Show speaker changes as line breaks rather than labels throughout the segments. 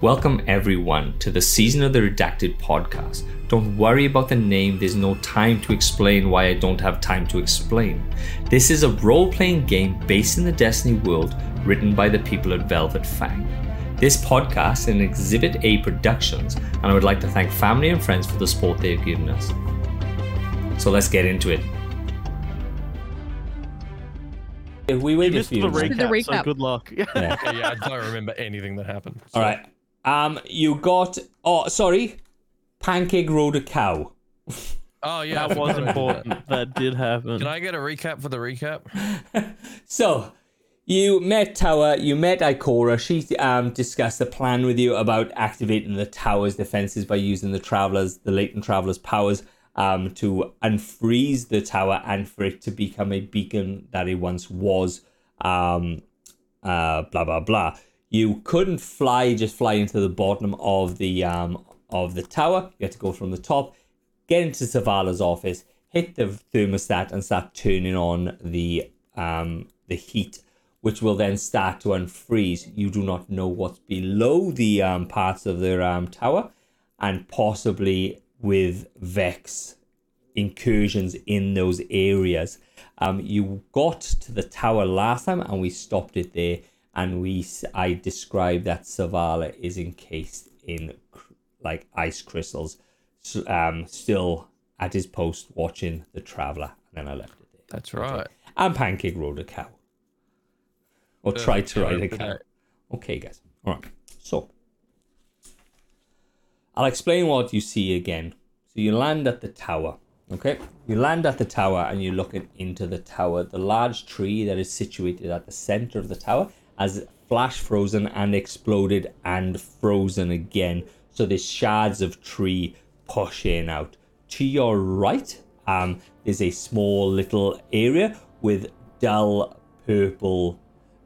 Welcome, everyone, to the Season of the Redacted podcast. Don't worry about the name, there's no time to explain why I don't have time to explain. This is a role playing game based in the Destiny world written by the people at Velvet Fang. This podcast is an Exhibit A Productions, and I would like to thank family and friends for the support they have given us. So let's get into it. We
You
waited
missed
for
the
you. man.
recap,
The
so
recap.
good luck.
Yeah.
Okay, yeah, I don't remember anything that happened.
All right. Um, you got. Oh, sorry. Pancake rode a cow.
Oh yeah, I
that was
forgot about
important. That did happen.
Can I get a recap for the recap?
So, you met Tower. You met Ikora. She um discussed the plan with you about activating the tower's defenses by using the travelers, the latent travelers' powers, um, to unfreeze the tower and for it to become a beacon that it once was. Um, uh, blah blah blah. You couldn't fly; just fly into the bottom of the um of the tower. You had to go from the top, get into Savala's office, hit the thermostat, and start turning on the um the heat, which will then start to unfreeze. You do not know what's below the um parts of the um tower, and possibly with Vex incursions in those areas. Um, you got to the tower last time, and we stopped it there. And we, s- I described that Savala is encased in cr- like ice crystals, s- um, still at his post watching the traveler. And then I left it there.
That's right.
And Pancake rode a cow, or tried to ride a cow. Okay, guys. All right. So I'll explain what you see again. So you land at the tower. Okay. You land at the tower and you're looking into the tower. The large tree that is situated at the center of the tower has flash frozen and exploded and frozen again. So there's shards of tree pushing out. To your right, um, there's a small little area with dull purple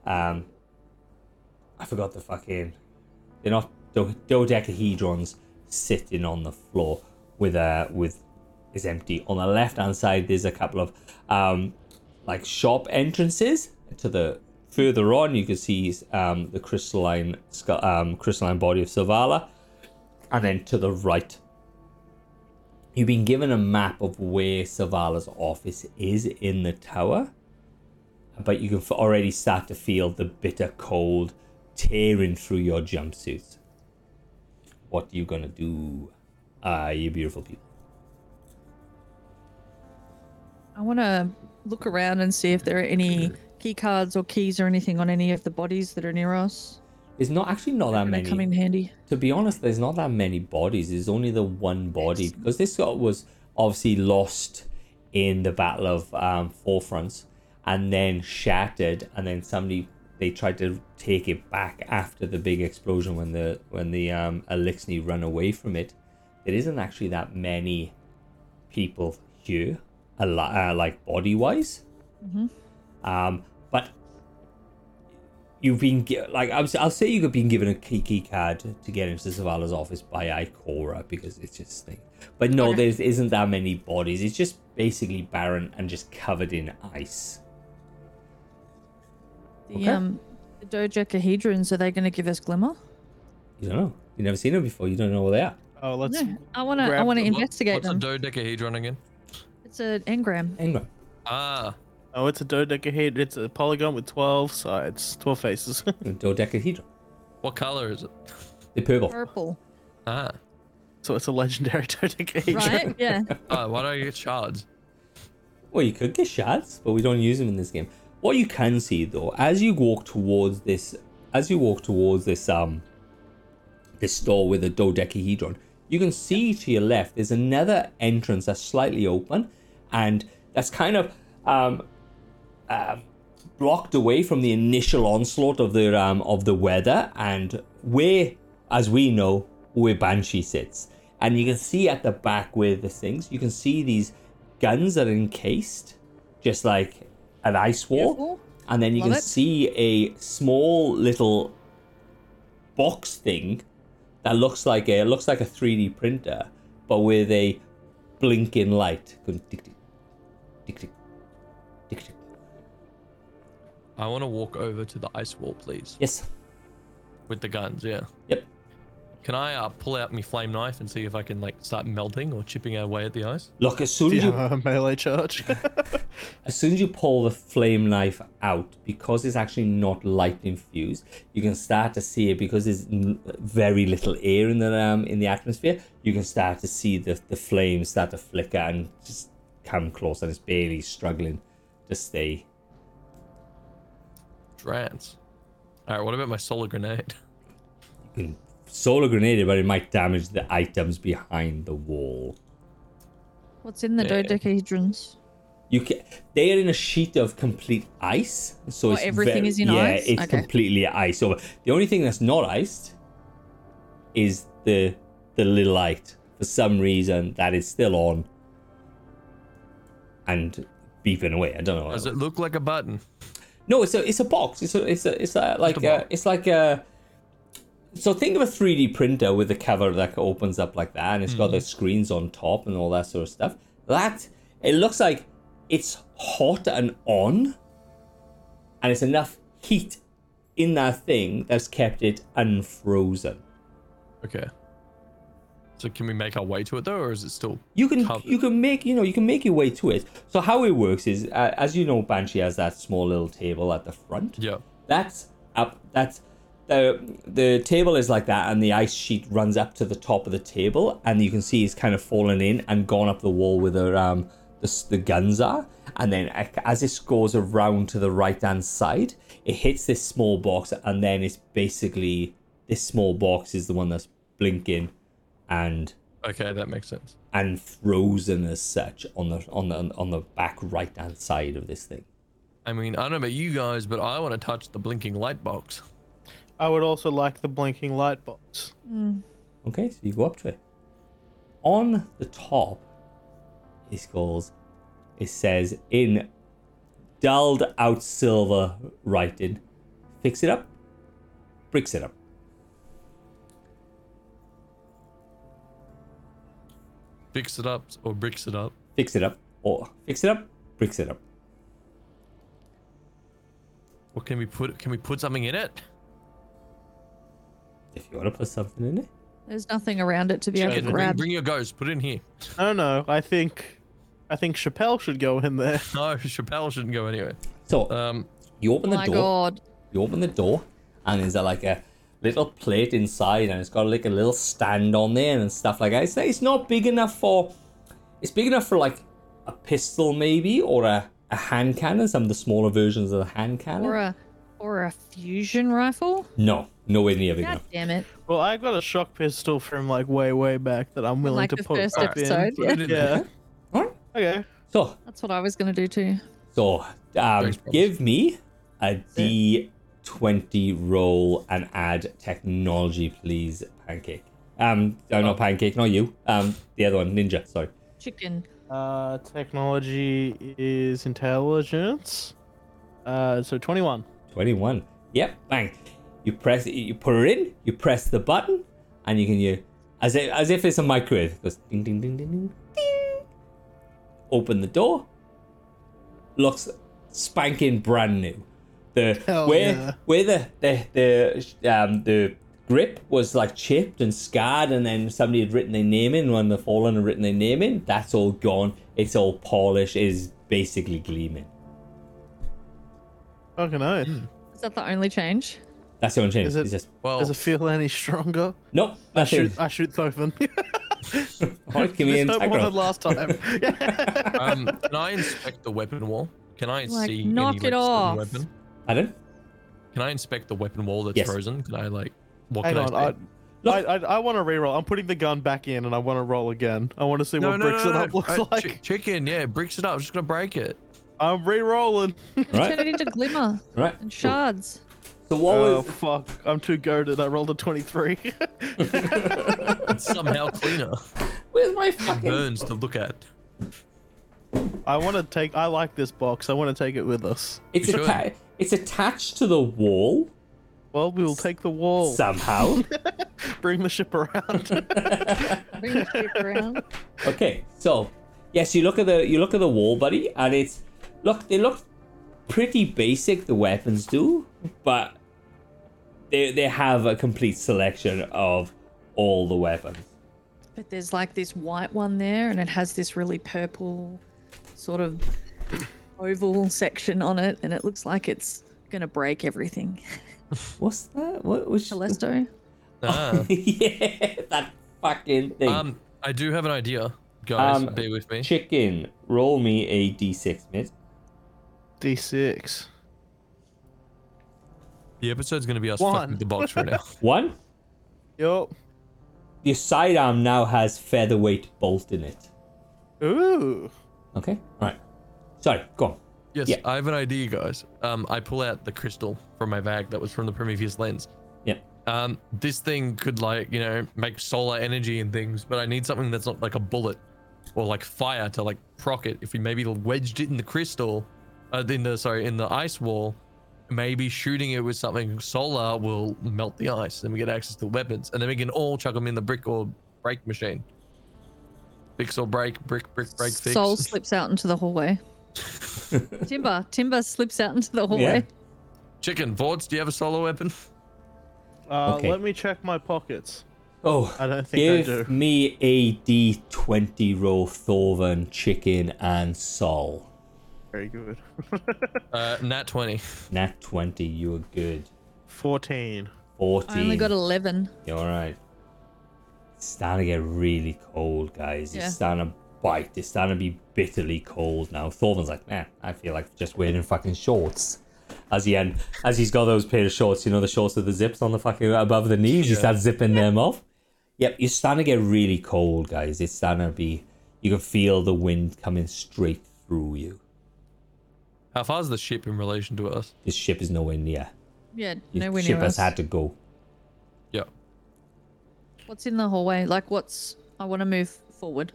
um, I forgot the fucking. They're not do- dodecahedrons sitting on the floor with a with is empty. On the left hand side, there's a couple of um, like shop entrances. To the further on, you can see um, the crystalline skull, um, crystalline body of Savala, and then to the right, you've been given a map of where Savala's office is in the tower but you can f- already start to feel the bitter cold tearing through your jumpsuits. What are you gonna do? Ah, you beautiful people.
I want to look around and see if there are any key cards or keys or anything on any of the bodies that are near us.
There's not actually not that
They
many.
come in handy.
to be honest, there's not that many bodies. There's only the one body because this guy was obviously lost in the Battle of um, Four Fronts and then shattered, and then somebody they tried to take it back after the big explosion when the when the um, Elixni run away from it. There isn't actually that many people here, a lo- uh, like body wise. Um, but you've been gi- like I'm, I'll say you've been given a key key card to get into Savala's office by Ikora because it's just thing. But no,
Okay.
there isn't that many bodies. It's just basically barren and just covered in ice.
The
Okay.
um, the dodecahedrons are they going to give us glimmer?
You don't know. You've never seen them before. You don't know what they are.
Oh, let's.
No, I want to. I
grab
want to
them.
investigate
What's
them.
a dodecahedron again?
it's an engram.
Engram.
Ah,
Oh, it's a dodecahedron. It's a polygon with twelve sides, twelve faces.
Dodecahedron.
what color is it?
They're purple.
Purple,
Ah,
so it's a legendary dodecahedron.
right? yeah.
oh, why do I get shards?
Well, you could get shards, but we don't use them in this game. What you can see though, as you walk towards this, as you walk towards this um, this door with a dodecahedron, you can see to your left there's another entrance that's slightly open, and that's kind of um, um, blocked away from the initial onslaught of the um, of the weather, and where, as we know, where Banshee sits, and you can see at the back where the things you can see these guns that are encased, just like an ice wall,
Beautiful.
and then you
Love
can
it.
see a small little box thing that looks like a it looks like a 3D printer, but with a blinking light. Going tick tick tick tick tick tick.
I want to walk over to the ice wall, please,
Yes.
with the guns. Yeah.
Yep.
Can I uh, pull out my flame knife and see if I can like start melting or chipping away at the ice?
Look, as soon
Do you
as you
have a melee charge?
As soon as you pull the flame knife out, because it's actually not lightning fused, you can start to see it because there's n- very little air in the um, in the atmosphere. You can start to see the the flames start to flicker and just come close, and it's barely struggling to stay.
Drance. All right. What about my solar grenade?
You can solar grenade it, but it might damage the items behind the wall.
What's in the
Yeah.
dodecahedrons?
You can, they are in a sheet of complete ice, so
Oh,
it's
everything
very-
is in
yeah,
ice?
it's
Okay.
completely ice over. The only thing that's not iced is the the little light. For some reason, that is still on and beeping away. I don't know.
Does it look like a button?
No, it's a it's a box. It's a it's a it's a, like
a
a,
box.
it's like a. So think of a three D printer with a cover that opens up like that, and it's got the screens on top and all that sort of stuff. That it looks like it's hot and on, and it's enough heat in that thing that's kept it unfrozen.
Okay. So can we make our way to it though, or is it still?
you can
covered.
you can make you know you can make your way to it so how it works is uh, as you know banshee has that small little table at the front
Yeah.
that's up that's the the table is like that and the ice sheet runs up to the top of the table and you can see it's kind of fallen in and gone up the wall where the um the, s- the guns are and then a- as this goes around to the right hand side it hits this small box and then it's basically this small box is the one that's blinking and
Okay, that makes sense.
and frozen as such on the on the on the back right hand side of this thing.
I mean, I don't know about you guys, but I want to touch the blinking light box.
I would also like the blinking light box.
Okay, so you go up to it. On the top, it goes. It says in dulled out silver writing, "Fix it up, bricks it up."
Fix it up or bricks it up.
Fix it up, or fix it up, bricks it up.
Or can we put? Can we put something in it?
If you want to put something in it,
There's nothing around it to be able
Chicken,
to
bring,
grab.
bring your ghost. Put it in here.
I don't know. I think, I think Chappelle should go in there.
No, Chappelle shouldn't go anywhere.
so
Um,
you open the
my
door.
god.
You open the door, and there's a, like a little plate inside, and it's got like a little stand on there and stuff like that. It's, it's not big enough for. It's big enough for like a pistol maybe or a, a hand cannon. Some of the smaller versions of the hand cannon.
Or a or a fusion rifle?
No, nowhere near big
God
enough.
damn it.
Well, I got a shock pistol from like way, way back that I'm willing
Like
to
the
put
first
back
episode,
in.
put it in there.
Yeah.
All right.
Okay.
So
That's what I was gonna do too.
so um,
Thanks, promise.
give me a D twenty roll and add technology, please, pancake. Um, no, not pancake, not you. Um, the other one, ninja. Sorry.
Chicken.
Uh, technology is intelligence. Uh, so 21.
21. Yep, bang. You press you put it in, you press the button, and you can you as if as if it's a microwave. It goes ding ding ding ding ding ding. Open the door. Looks spanking brand new. The
Hell
where
yeah.
where the the the um the grip was like chipped and scarred and then somebody had written their name in when the fallen had written their name in, that's all gone. It's all polished, It is basically gleaming.
Fucking oath.
Hmm.
Is that the only change?
That's the only change.
Is it-
it's just
well,
Does it feel any stronger?
nope,
I
nothing.
shoot, I shoot Thoven.
All right, give me
Just
an
don't
attack
more than
roll.
last time. Yeah.
um, can I inspect the weapon wall? Can I
Like,
see
knock
any,
it
like, certain
off.
weapon?
Pardon?
Can I inspect the weapon wall that's
Yes.
frozen? Can I like? What
Hang
can
on.
I?
I,
see?
I, I, I want to reroll. I'm putting the gun back in and I want to roll again. I want to see what bricks it up looks
Uh, chi-
like.
chicken, yeah, bricks it up. I'm just gonna break it.
I'm rerolling.
Right?
Turn it into glimmer
Right.
and shards.
So what
Oh,
was
fuck. I'm too goaded. I rolled a 23.
It's somehow cleaner.
where's my
It
fucking
burns to look at.
I want to take. I like this box. I want to take it with us.
It's
You should.
atta- it's attached to the wall
Well, we will take the wall.
somehow.
Bring the ship around.
Bring the ship around.
okay, so yes, you look at the you look at the wall, buddy, and it's look they look pretty basic the weapons do, but they they have a complete selection of all the weapons.
But there's like this white one there, and it has this really purple sort of oval section on it, and it looks like it's gonna break everything.
What's that? What was
Telesto?
Oh,
Ah.
yeah, that fucking thing.
um, I do have an idea, guys.
Um,
bear with me.
Chicken, roll me a d6, mate.
D6.
the episode's gonna be us
One.
fucking the box right now.
One.
Yup.
Your sidearm now has featherweight bolt in it.
Ooh.
Okay. All right. Sorry. Go on.
Yes,
Yeah.
I have an idea, guys. Um, I pull out the crystal from my bag that was from the Prometheus lens.
Yeah.
Um, this thing could like you know make solar energy and things, but I need something that's not like a bullet or like fire to like proc it. If we maybe wedged it in the crystal, uh, in the sorry in the ice wall, maybe shooting it with something solar will melt the ice. Then we get access to weapons, and then we can all chuck them in the brick or break machine. Fix or break, brick, brick, break, fix.
Soul slips out into the hallway. Timber, Timber slips out into the hallway.
Chicken, Vorts, do you have a solar weapon?
Uh,
Okay.
Let me check my pockets.
Oh.
I don't think I
Give
do.
me a d20 roll, Thorvan, Chicken, and Sol.
Very good.
Uh, nat 20.
Nat 20, you were good.
14.
14.
I only got eleven.
You're alright. It's starting to get really cold, guys.
Yeah.
It's starting to bite. It's starting to be bitterly cold now. Thorvan's like, man, I feel like just wearing fucking shorts. As he end, as he's got those pair of shorts, you know, the shorts with the zips on the fucking above the knees, you
Yeah.
start zipping them off. Yep, you're starting to get really cold, guys. It's starting to be. You can feel the wind coming straight through you.
How far is the ship in relation to us?
This ship is nowhere near.
Yeah,
This
nowhere
ship
near
has
us.
had to go.
Yeah.
What's in the hallway? Like, what's? I want to move forward.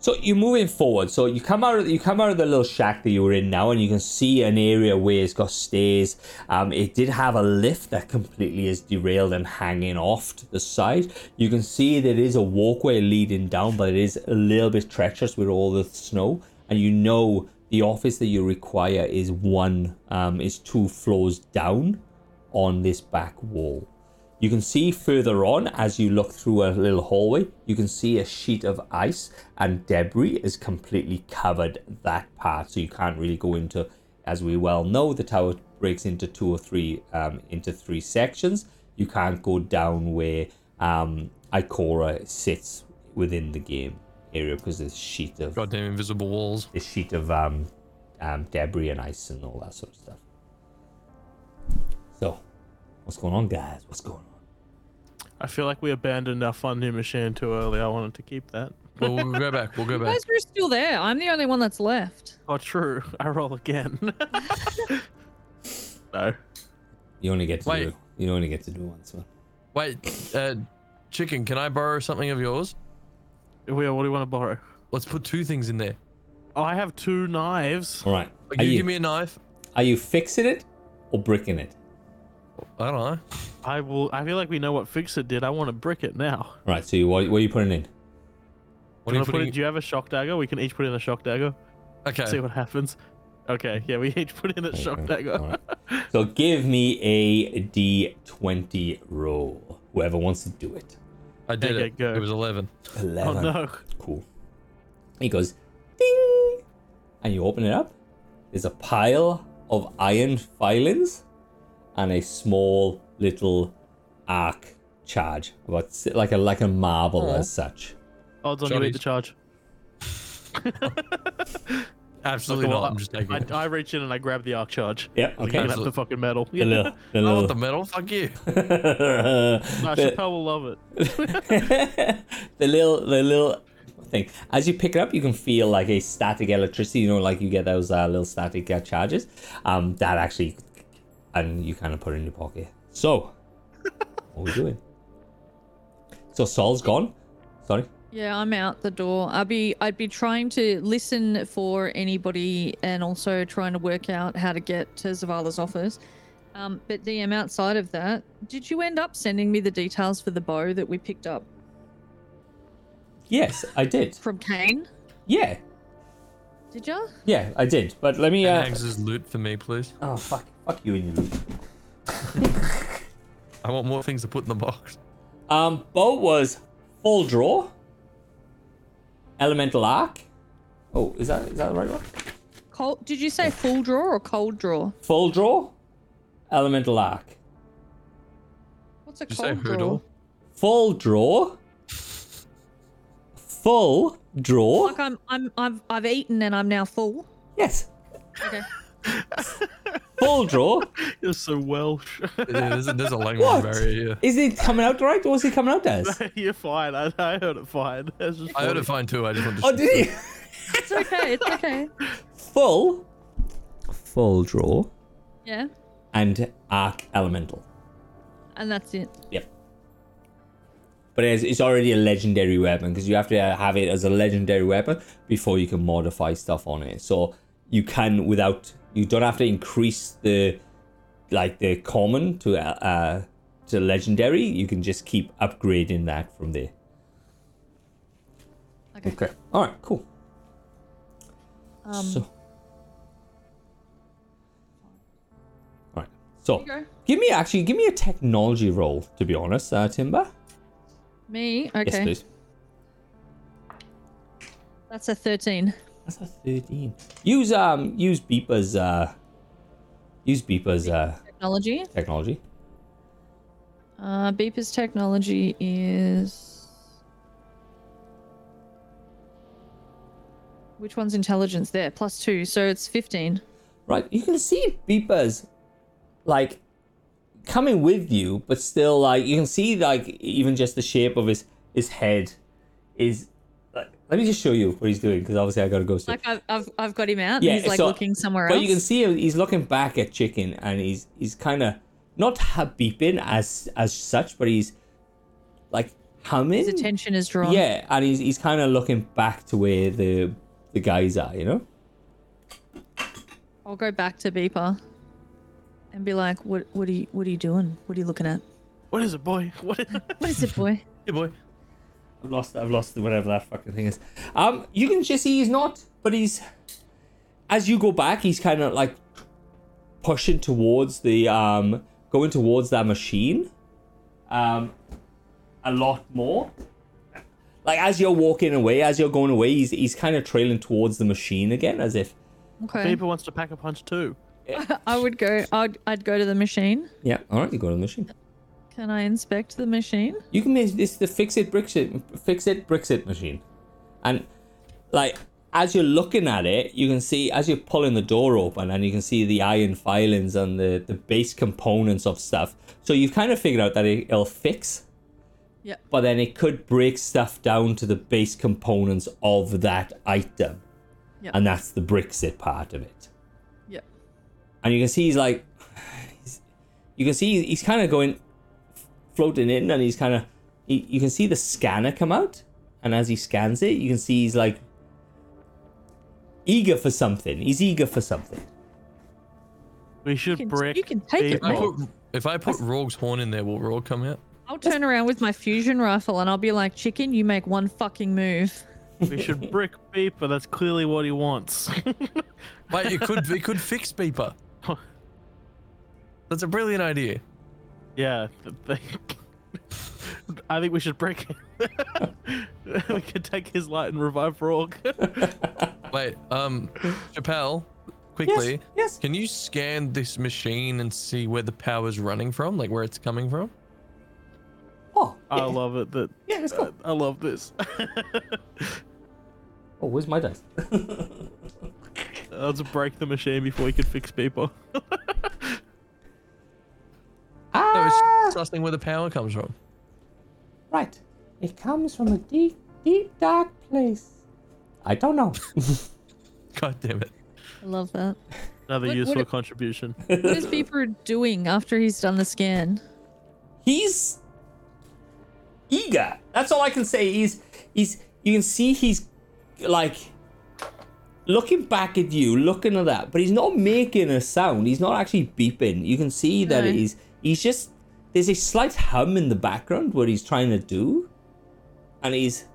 So you're moving forward. So you come out of you come out of the little shack that you were in now, and you can see an area where it's got stairs. Um, it did have a lift that completely is derailed and hanging off to the side. You can see there is a walkway leading down, but it is a little bit treacherous with all the snow. And you know the office that you require is one um, is two floors down on this back wall. You can see further on as you look through a little hallway, you can see a sheet of ice and debris is completely covered that part. So you can't really go into, as we well know, the tower breaks into two or three, um, into three sections. You can't go down where um, Ikora sits within the game area because there's a sheet of
Goddamn invisible walls.
this sheet of um, um, debris and ice and all that sort of stuff. So, what's going on, guys? What's going on?
I feel like we abandoned our fun new machine too early. I wanted to keep that.
Well, we'll go back. We'll go
You
back.
guys were still there. I'm the only one that's left.
Oh, true. I roll again. no.
You only get to
Wait.
do you only get to do one. So
Wait, uh, Chicken, can I borrow something of yours?
Will, what do you want to borrow?
Let's put two things in there.
Oh, I have two knives.
all right,
Like,
are
you,
you,
give me a knife.
are you fixing it or bricking it?
I don't know.
I will. I feel like we know what Fixit did. I want to brick it now.
All right, so you what, what are you putting in?
What
do, you
are you
wanna put in,
putting?
do you have a shock dagger? We can each put in a shock dagger. See
Okay.
what happens. Okay. Yeah, we each put in a shock dagger.
All right. So give me a d20 roll. Whoever wants to do it.
I did
Okay,
it.
go.
It was 11.
Oh
Eleven.
no.
Cool. He goes ding, and you open it up. There's a pile of iron filings and a small little arc charge, about s- like a like a marble
Aw.
as such.
Odds on you eat
Johnny's-
the charge.
Absolutely
Well,
not. I'm just taking
I,
it.
I reach in and I grab the arc charge.
Yep.
You
Okay. uh,
don't have the fucking medal.
The little, the
I
little,
want the medal. Fuck you.
Nah,
the,
Chappelle will love it.
the little, the little thing. As you pick it up, you can feel like a static electricity. You know, like you get those uh, little static uh, charges. Um, that actually, and you kind of put it in your pocket. So, what are we doing? So Saul's gone. Sorry.
Yeah, I'm out the door. I'd be I'd be trying to listen for anybody and also trying to work out how to get to Zavala's office. Um, but DM, outside of that, did you end up sending me the details for the bow that we picked up
Yes, I did.
from Kane?
Yeah,
Did you?
yeah, I did. But let me.
Yeah.
Uh,
Hags' loot for me, please.
oh fuck! Fuck you and your loot.
I want more things to put in the box.
Um, bow was full draw. Elemental arc. Oh, is that is that the right one?
Cold? Did you say full draw or cold draw?
Full draw. Elemental arc.
What's a
Did you say
cold draw?
hurdle?
Full draw. Full draw.
Like I'm, I'm, I've, I've eaten and I'm now full.
Yes.
Okay.
Full draw.
You're so Welsh.
There's, a- there's a language
What?
barrier. Yeah.
Is it coming out right? What's it coming out as?
You're fine. I, I heard it fine. That's just
I heard it fine too. I just want to.
Oh, did you?
It's okay. It's okay.
Full. Full draw
Yeah.
and arc elemental.
And that's it.
Yep. But it's, it's already a legendary weapon because you have to uh, have it as a legendary weapon before you can modify stuff on it. So you can without you don't have to increase the like the common to uh, uh to legendary. You can just keep upgrading that from there.
Okay.
All right. Cool.
Um,
so. All right. So
you go.
give me actually give me a technology roll to be honest, uh, Timber.
Me.
Yes,
Okay.
please.
that's a thirteen.
That's a thirteen. Use um use Beeper's uh use Beeper's uh
Technology.
technology.
Uh, Beeper's technology is. Which one's intelligence? There, plus two, so it's fifteen.
Right, you can see Beeper's like coming with you, but still like you can see like even just the shape of his his head is like let me just show you what he's doing because obviously I gotta go soon.
Like I've, I've, I've got him out.
Yeah,
and he's like
so-
looking somewhere
But
else.
you can see him, he's looking back at Chicken, and he's he's kind of not ha- beeping as as such, but he's like humming.
His attention is drawn.
Yeah, and he's he's kind of looking back to where the the guys are, you know.
I'll go back to Beeper and be like, "What? What are you? What are you doing? What are you looking at?
What is it, boy? What is
What is it, boy?
it, boy?
I've lost. I've lost whatever that fucking thing is. Um, you can just see he's not, but he's as you go back, he's kind of like pushing towards the um, going towards that machine, um, a lot more. Like as you're walking away, as you're going away, he's he's kind of trailing towards the machine again, as if
Okay.
Beeper wants to pack a punch too.
I would go. I'd, I'd go to the machine.
yeah, all right, you go to the machine.
Can I inspect the machine?
You can make this the fix it bricks it fix it bricks it machine. And like as you're looking at it, you can see as you're pulling the door open and you can see the iron filings and the, the base components of stuff. So you've kind of figured out that it, it'll fix.
Yeah.
But then it could break stuff down to the base components of that item.
Yep.
And that's the Brexit part of it
Yep.
and you can see he's like he's, you can see he's kind of going floating in and he's kind of he, you can see the scanner come out and as he scans it you can see he's like eager for something he's eager for something
We should
can-
brick.
you can take it,
If I
Beeper.
mate.
put, if Oh, I put Rorg's horn in there, will Rorg come out?
I'll turn around with my fusion rifle and I'll be like, "Chicken, you make one fucking move."
We should brick Beeper. That's clearly what he wants.
Wait, it could it could fix Beeper. That's a brilliant idea.
yeah. th- th- I think we should brick. it. we could take his light and revive Rorg.
Wait, um, Chappelle, quickly,
yes.
can you scan this machine and see where the power's running from, like where it's coming from?
oh
I
yeah,
love it. That
yeah let's go
I love this.
oh where's my dice
Let's break the machine before we could fix people.
No, it's
ah
sussing where the power comes from.
right it comes from a deep deep dark place i don't know
God damn it!
I love that.
Another
What- what
useful
if-
contribution.
What is Beeper doing after he's done the scan?
he's eager. That's all I can say. He's he's you can see he's like looking back at you, looking at that, but he's not making a sound. He's not actually beeping. You can see that
No.
he's he's just there's a slight hum in the background what he's trying to do, and he's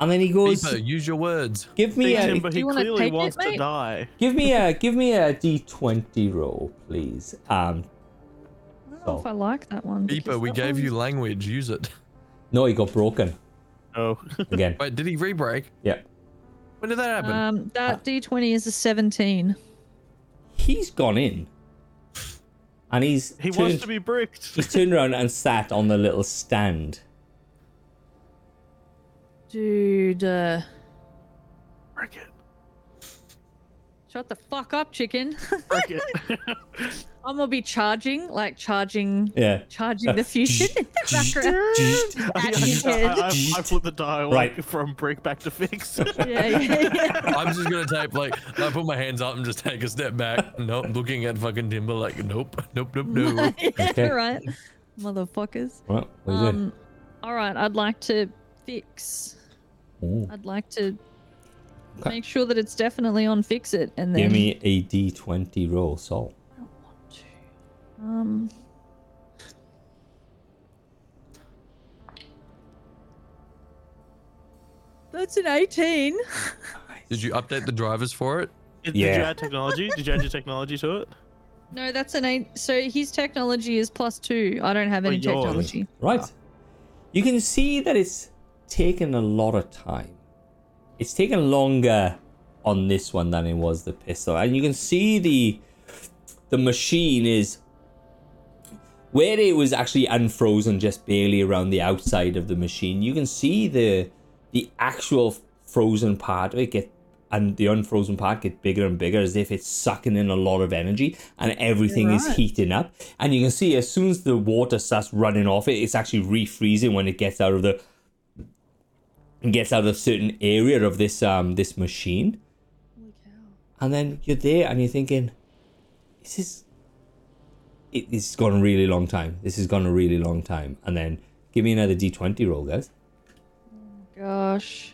and then he goes,
Beeper, use your words.
"Give me
Big
a
Timber, he
you wanna
clearly
take it,
wants to
mate?
die.
give me a give me a d twenty roll, please." Um,
don't know if I like that one. because
Beeper, we
that
gave
one-
you language. Use it.
No, he got broken
Oh,
again.
Wait, did he rebreak?
yeah.
When did that happen?
Uh.
Um,
Ah.
that D20 is a 17.
He's gone in. And he's
he
turned,
wants to be bricked.
he's turned around and sat on the little stand.
Dude, uh,
Brick it.
shut the fuck up, chicken.
Brick it.
I'm gonna be charging, like charging,
Yeah.
charging the fusion in the background.
I,
That's his head.
I, I flipped the dial
Right.
from brick back to fix.
Yeah, yeah, yeah.
I'm just gonna type like I put my hands up and just take a step back. Nope, looking at fucking Timber like nope, nope, nope, no.
Okay.
right, motherfuckers.
Well, what are you doing?
Um, all right, I'd like to fix.
Ooh.
I'd like to
Okay.
make sure that it's definitely on fix it, and then
Give me a d20 roll, Sol.
um. That's an 18.
Did you update the drivers for it?
Did, did you
Yeah.
add technology? Did you add your technology to it?
No, that's an eight. So his technology is plus two. I don't have
Oh,
any
yours.
technology.
Right. You can see that it's taken a lot of time. It's taken longer on this one than it was the pistol. And you can see the the machine is where it was actually unfrozen just barely around the outside of the machine. You can see the the actual frozen part of it get and the unfrozen part get bigger and bigger as if it's sucking in a lot of energy and everything is
Right.
heating up. And you can see as soon as the water starts running off it, it's actually refreezing when it gets out of the gets out of a certain area of this um this machine.
Holy cow.
And then you're there and you're thinking, this is. It, this has gone a really long time. This has gone a really long time. And then give me another d20 roll, guys.
Gosh.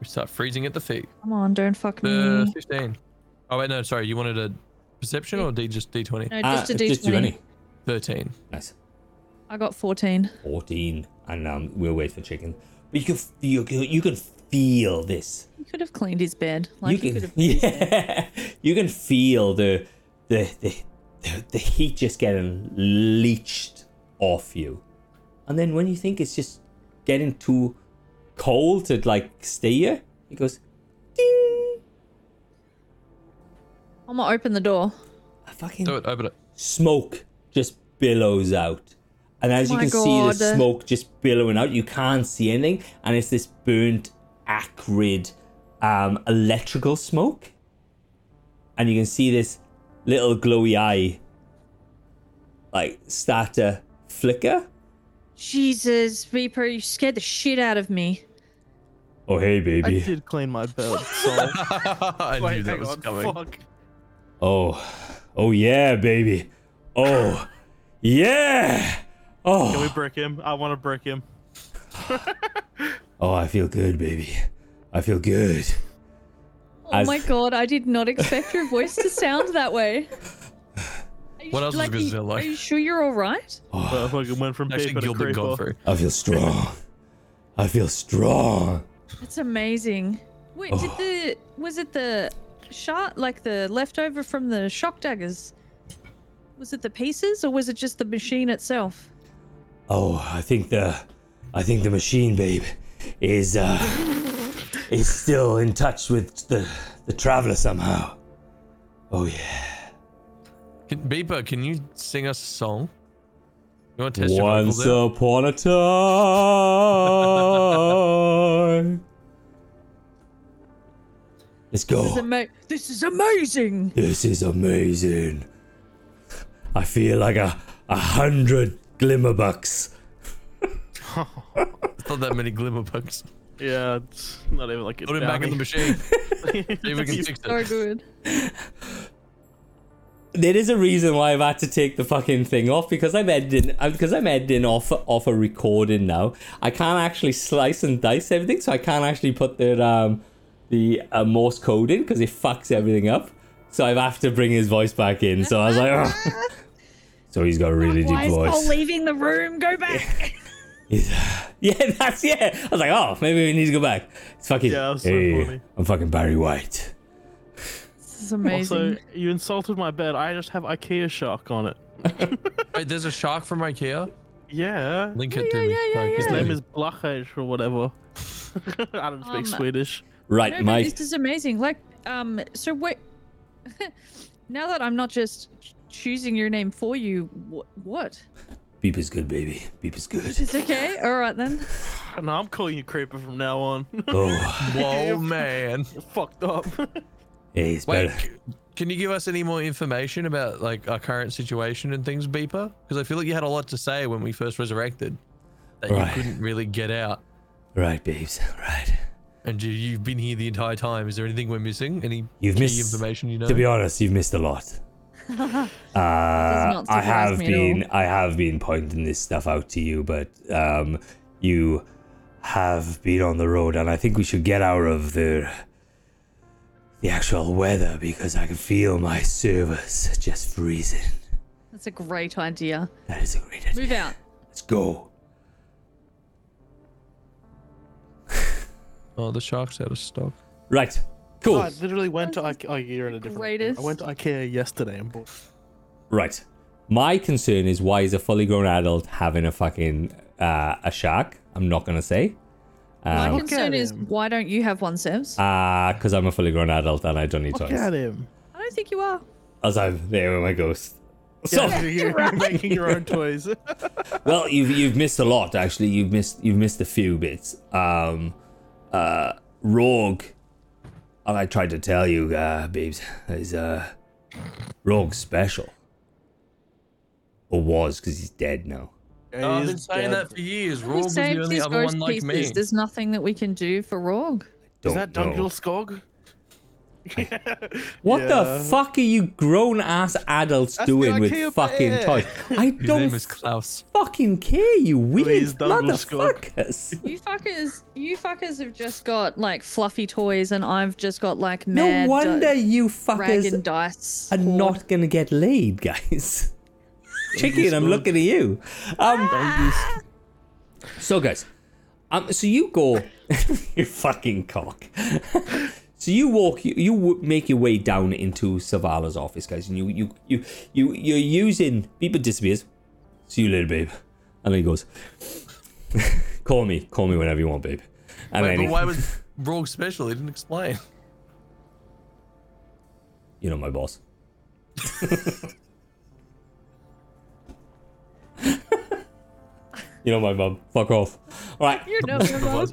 We start freezing at the feet.
Come on, don't fuck me.
Uh,
The fifteen. Oh wait, no, sorry. You wanted a perception or D just D twenty?
no, just
Ah,
a D20.
D20.
Thirteen.
Nice.
I got 14.
14. And um, we'll wait for chicken. But you can, f- you can, you can feel this.
He could have cleaned his bed. Like, he
you
could
can,
have.
yeah, you can feel the, the, the, the, the heat just getting leached off you. And then when you think it's just getting too cold to like stay here, it goes, ding.
I'm gonna open the door.
A fucking
Do it. Open it.
smoke just billows out. And as you
My
can see the
God.
smoke just billowing out, you can't see anything. And it's this burnt, acrid, um, electrical smoke. And you can see this little glowy eye like start to flicker.
Jesus, Reaper, you scared the shit out of me.
Oh hey
I
baby.
did clean my belt. So.
I knew that
hang
was
on,
coming.
Fuck.
Oh oh yeah, baby. Oh yeah. Oh
Can we brick him? I want to brick him.
Oh I feel good, baby. I feel good.
Oh
As-
my god, I did not expect your voice to sound that way. Are you
What
sh-
else was
like,
it
are
gonna
you-
sound like?
Are you sure you're alright?
But fucking went from
Actually,
paper to
Gilbert
creeper.
Godfrey.
I feel strong. I feel strong.
That's amazing. Wait,
Oh.
did the was it the shot like the leftover from the shock daggers? Was it the pieces or was it just the machine itself?
Oh, I think the, I think the machine, babe, is uh, is still in touch with the the traveler somehow. Oh yeah.
Can, Beeper, can you sing us a song? You want to test your
Once
vocals out?
upon a time. Let's
This, is
go.
ama- this is amazing.
This is amazing. I feel like a a hundred glimmer bucks.
It's not that many glimmer bugs.
Yeah, it's not even like it.
Put him back in the machine. See if we can fix
So
it.
good.
there is a reason why I've had to take the fucking thing off because I'm editing uh, because I'm editing off off a recording now. I can't actually slice and dice everything, so I can't actually put the um the uh, Morse code in because it fucks everything up. So I've have to bring his voice back in. So I was like, "Ugh." so he's got a really
Why
deep
is Paul
voice.
leaving the room? Go back.
He's- yeah, that's yeah. I was like, oh, maybe we need to go back. It's fucking
Yeah, that's so
hey,
funny.
I'm fucking Barry White.
This is amazing.
Also, you insulted my bed. I just have IKEA shark on it.
Wait, there's a shark from IKEA.
Yeah.
Link
Yeah,
it to
yeah,
me.
yeah,
Sorry,
yeah,
His
yeah.
name is Blachage or whatever. I don't speak
Um,
Swedish.
Right,
No, but
my
this is amazing. Like, um, so what? now that I'm not just ch- choosing your name for you, wh- what?
beep is good, baby. Beep is good.
It's okay. All right then.
No, I'm calling you Creeper from now on.
Oh,
Whoa, man.
You're fucked up.
hey, it's
Wait,
better.
c- can you give us any more information about like our current situation and things, Beeper? Because I feel like you had a lot to say when we first resurrected that
Right.
you couldn't really get out.
Right, babes. Right.
And you, you've been here the entire time. Is there anything we're missing? Any
You've
key
missed-
information you know?
To be honest, you've missed a lot. Uh,
not
I
surprise
have
me at all.
been I have been pointing this stuff out to you, but um, you have been on the road, and I think we should get out of the the actual weather because I can feel my servers just freezing.
That's a great idea.
That is a great idea.
Move out.
Let's go.
oh, the shark's out of stock.
Right. Cool.
I literally went to IKEA. Oh, you're in a different.
greatest.
I went to IKEA yesterday and bought.
Right. My concern is why is a fully grown adult having a fucking uh, a shark? I'm not gonna say.
My
Um,
concern
at
is
him.
why don't you have one, Sebs?
because I'm a fully grown adult and I don't need
Look
toys.
at him.
I don't think you are.
As I'm there with my ghost. So,
Yeah, you're making your own toys.
well, you've you've missed a lot actually. You've missed you've missed a few bits. Um, uh, Rogue. And I tried to tell you, uh, babes, is uh, Rogue special. Or was because he's dead now.
Oh, I've been saying that for years.
We
Rob was the
saved
only
these
other
ghost
one like me.
pieces. There's nothing that we can do for Rog.
Don't
Is that
know.
Dunkel Skog?
What
Yeah.
the fuck are you grown ass adults
That's the
doing
IKEA
with fucking
bear.
toys? I
His
don't
name is Klaus.
fucking care, you weird
Please don't look up.
motherfuckers.
You fuckers, you fuckers have just got like fluffy toys, and I've just got like
No
mad
wonder
di-
you
rag and
fuckers
dice.
are
board.
not gonna get laid, guys. Chicken, I'm
Understood.
looking at you. Um, so guys, um, so you go, you fucking cock. so you walk, you, you w- make your way down into Savala's office, guys, and you you you you you're using. Beeper disappears. See you later, babe. And then he goes, call me, call me whenever you want, babe. And
Wait,
then
but
he-
why was Rogue special? He didn't explain.
you know my boss. you know my mum. Fuck off. All right.
You know, you're not.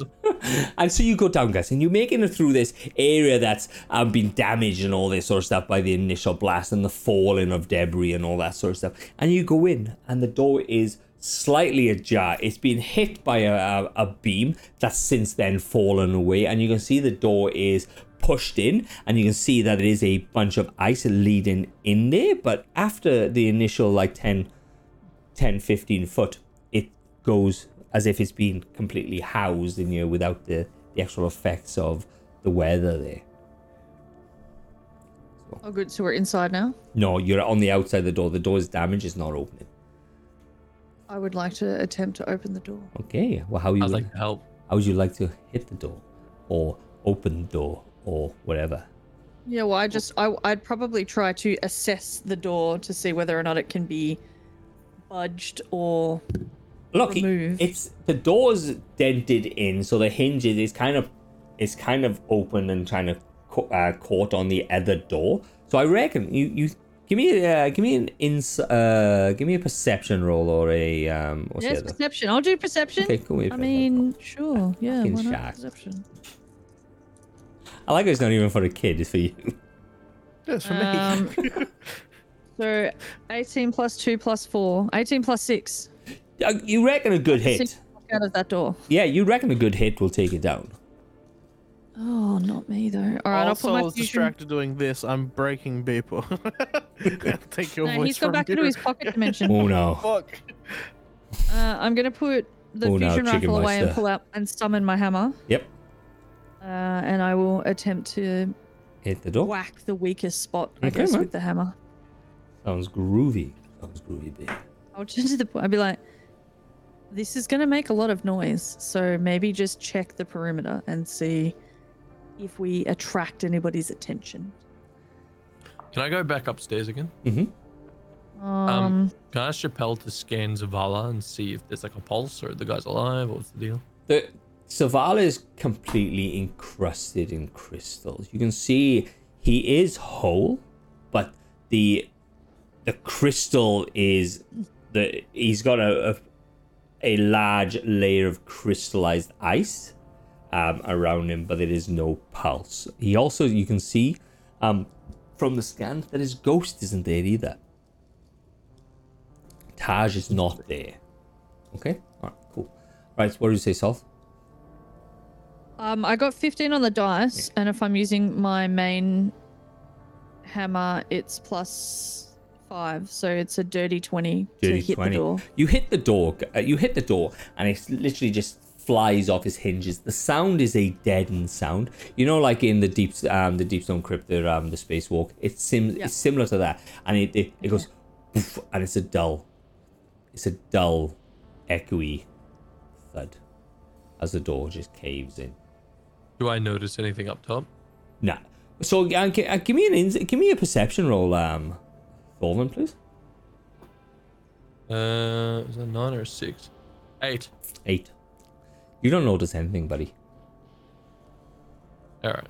And so you go down, guys, and you're making it through this area that's um, been damaged and all this sort of stuff by the initial blast and the falling of debris and all that sort of stuff. And you go in, and the door is slightly ajar. It's been hit by a, a, a beam that's since then fallen away, and you can see the door is pushed in, and you can see that it is a bunch of ice leading in there. But after the initial like 10, 10 15 foot it goes as if it's been completely housed in you without the, the actual effects of the weather there
Oh, good. So we're inside now.
no you're on the outside the door the door is damaged it's not opening
I would like to attempt to open the door.
Oh. okay well how you
I'd
would-
like to help.
how would you like to hit the door or open the door or whatever
Yeah, well, I just I, I'd probably try to assess the door to see whether or not it can be budged or
Look, it-
remove.
it's the door's dented in, so the hinges is kind of is kind of open and trying to co- uh, caught on the other door. So I reckon you you give me uh, give me an ins uh, give me a perception roll or a um what's
yes,
the other?
perception. I'll do perception.
Okay, cool.
I mean, sure, yeah,
fucking
why not
shark.
perception?
I like it's not even for a kid; it's for you.
That's for
Um,
me.
So, eighteen plus two plus four. Eighteen plus six.
Uh, You reckon a good
Six
hit?
out of that door.
Yeah, you reckon a good hit will take it down.
Oh, not me though. All right, I'll
also,
put my
I was
fusion-
distracted doing this. I'm breaking people. Take your
No,
voice
he's gone
from
back
you.
into his pocket dimension.
Oh no!
Fuck.
Uh, I'm gonna put the
Oh, no,
fusion
chicken
rifle away and
meister.
pull out and summon my hammer,
Yep,
uh, and I will attempt to
hit the door.
whack the weakest spot, I
Oh. Okay,
guess,
man.
with the hammer.
Sounds groovy. Sounds groovy, babe.
I'll turn to the I'd be like, this is gonna make a lot of noise, so maybe just check the perimeter and see if we attract anybody's attention.
Can I go back upstairs again?
Um,
Can I ask Chappelle to scan Zavala and see if there's like a pulse or if the guy's alive? What's the deal?
The Savala is completely encrusted in crystals. You can see he is whole, but the the crystal is the he's got a a, a large layer of crystallized ice um, around him, but there is no pulse. He also you can see um, from the scan that his ghost isn't there either. Taj is not there. Okay, all right, cool. All right, so what do you say, Salt?
Um, I got 15 on the dice, and if I'm using my main hammer, it's plus five, so it's a dirty 20 to
Dirty
hit the door.
You hit the door. uh, You hit the door, and it literally just flies off its hinges. The sound is a deadened sound. You know, like in the deep, um, the deep stone crypt, the um, the spacewalk. It's sim-
Yeah.
it's similar to that, and it it, it goes, poof, and it's a dull, it's a dull, echoey thud, as the door just caves in.
Do I notice anything up top?
Nah. So uh, gi- uh, give me an ins- give me a perception roll, um, Thorvin, please.
Uh, is that nine or a six? Eight.
Eight. You don't notice anything, buddy.
All right.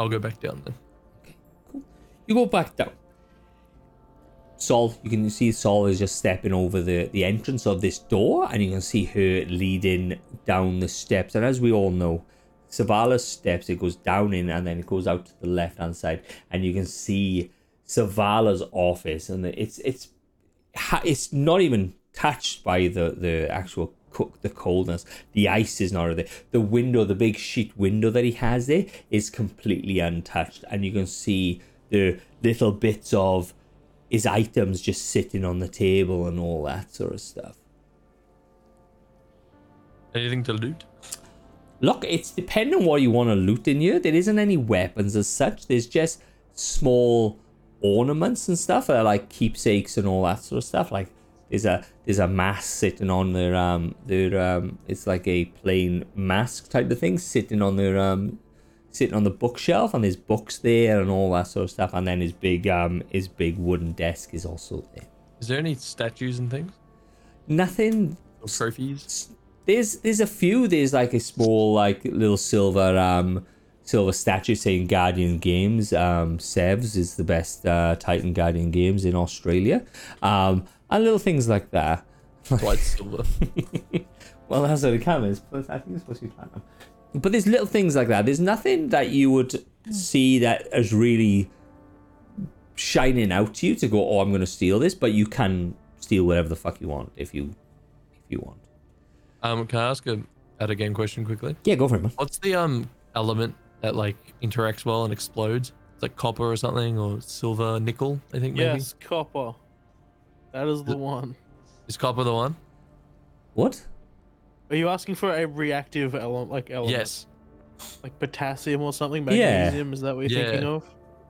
I'll go back down then.
You go back down. Sol, you can see Sol is just stepping over the, the entrance of this door, and you can see her leading down the steps. And as we all know, Savala's steps, it goes down in and then it goes out to the left hand side, and you can see Savala's office, and it's it's ha- it's not even touched by the the actual cook the coldness the ice is not there the window the big sheet window that he has there is completely untouched and you can see the little bits of his items just sitting on the table and all that sort of stuff
Anything to loot?
Look, it's depending on what you want to loot in here. There isn't any weapons as such. There's just small ornaments and stuff, uh, like keepsakes and all that sort of stuff. Like there's a there's a mask sitting on their um their um it's like a plain mask type of thing sitting on their um sitting on the bookshelf and there's books there and all that sort of stuff. And then his big um his big wooden desk is also there.
Is there any statues and things?
Nothing
Or trophies?
there's there's a few there's like a small like little silver um silver statue saying guardian games um sevs is the best uh titan guardian games in australia um and little things like that
White silver.
well that's what it comes but i think it's supposed to be platinum but there's little things like that there's nothing that you would see that is really shining out to you to go oh i'm gonna steal this but you can steal whatever the fuck you want if you if you want
Um, can I ask a out of game question quickly?
yeah go for it man
What's the um element that like interacts well and explodes? It's like copper or something, or silver, nickel. I think maybe
Yes, copper. That is the one.
is copper the one?
what
Are you asking for a reactive element, like element,
Yes.
like potassium or something?
Yeah.
Magnesium? Is that what you're
Yeah.
thinking of?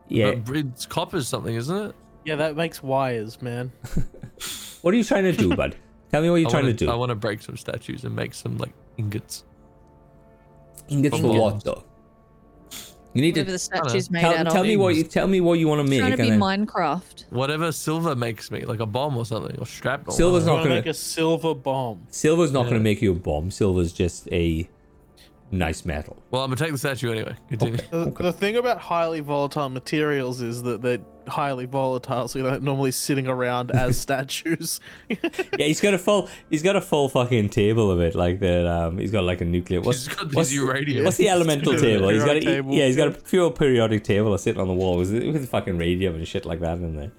yeah
But it's copper's something, isn't it?
Yeah, that makes wires, man.
What are you trying to do, bud? Tell me what you're
I
trying
wanna,
to do.
I want to break some statues and make some like ingots.
Ingots for
Yeah.
what though? You need
Whatever
to
the statue's made
tell,
out
tell
of.
me what you tell me what you want to
It's
make.
trying to be
and then,
Minecraft.
Whatever silver makes me, like a bomb or something, or shrapnel.
Silver's
I
not
want to
gonna-
make a silver bomb.
silver's not going
Yeah.
to make you a bomb. Silver's just a nice metal.
Well, I'm gonna take the statue anyway. Continue.
The, the thing about highly volatile materials is that they're highly volatile, so they're not normally sitting around as statues.
yeah, he's got a full he's got a full fucking table of it. Like that, um, he's got like a nuclear. What's
He's got this
what's,
uranium.
what's the elemental
Periodic
table? He's got a,
table.
yeah, he's got a pure periodic table sitting on the wall with, with fucking radium and shit like that in there.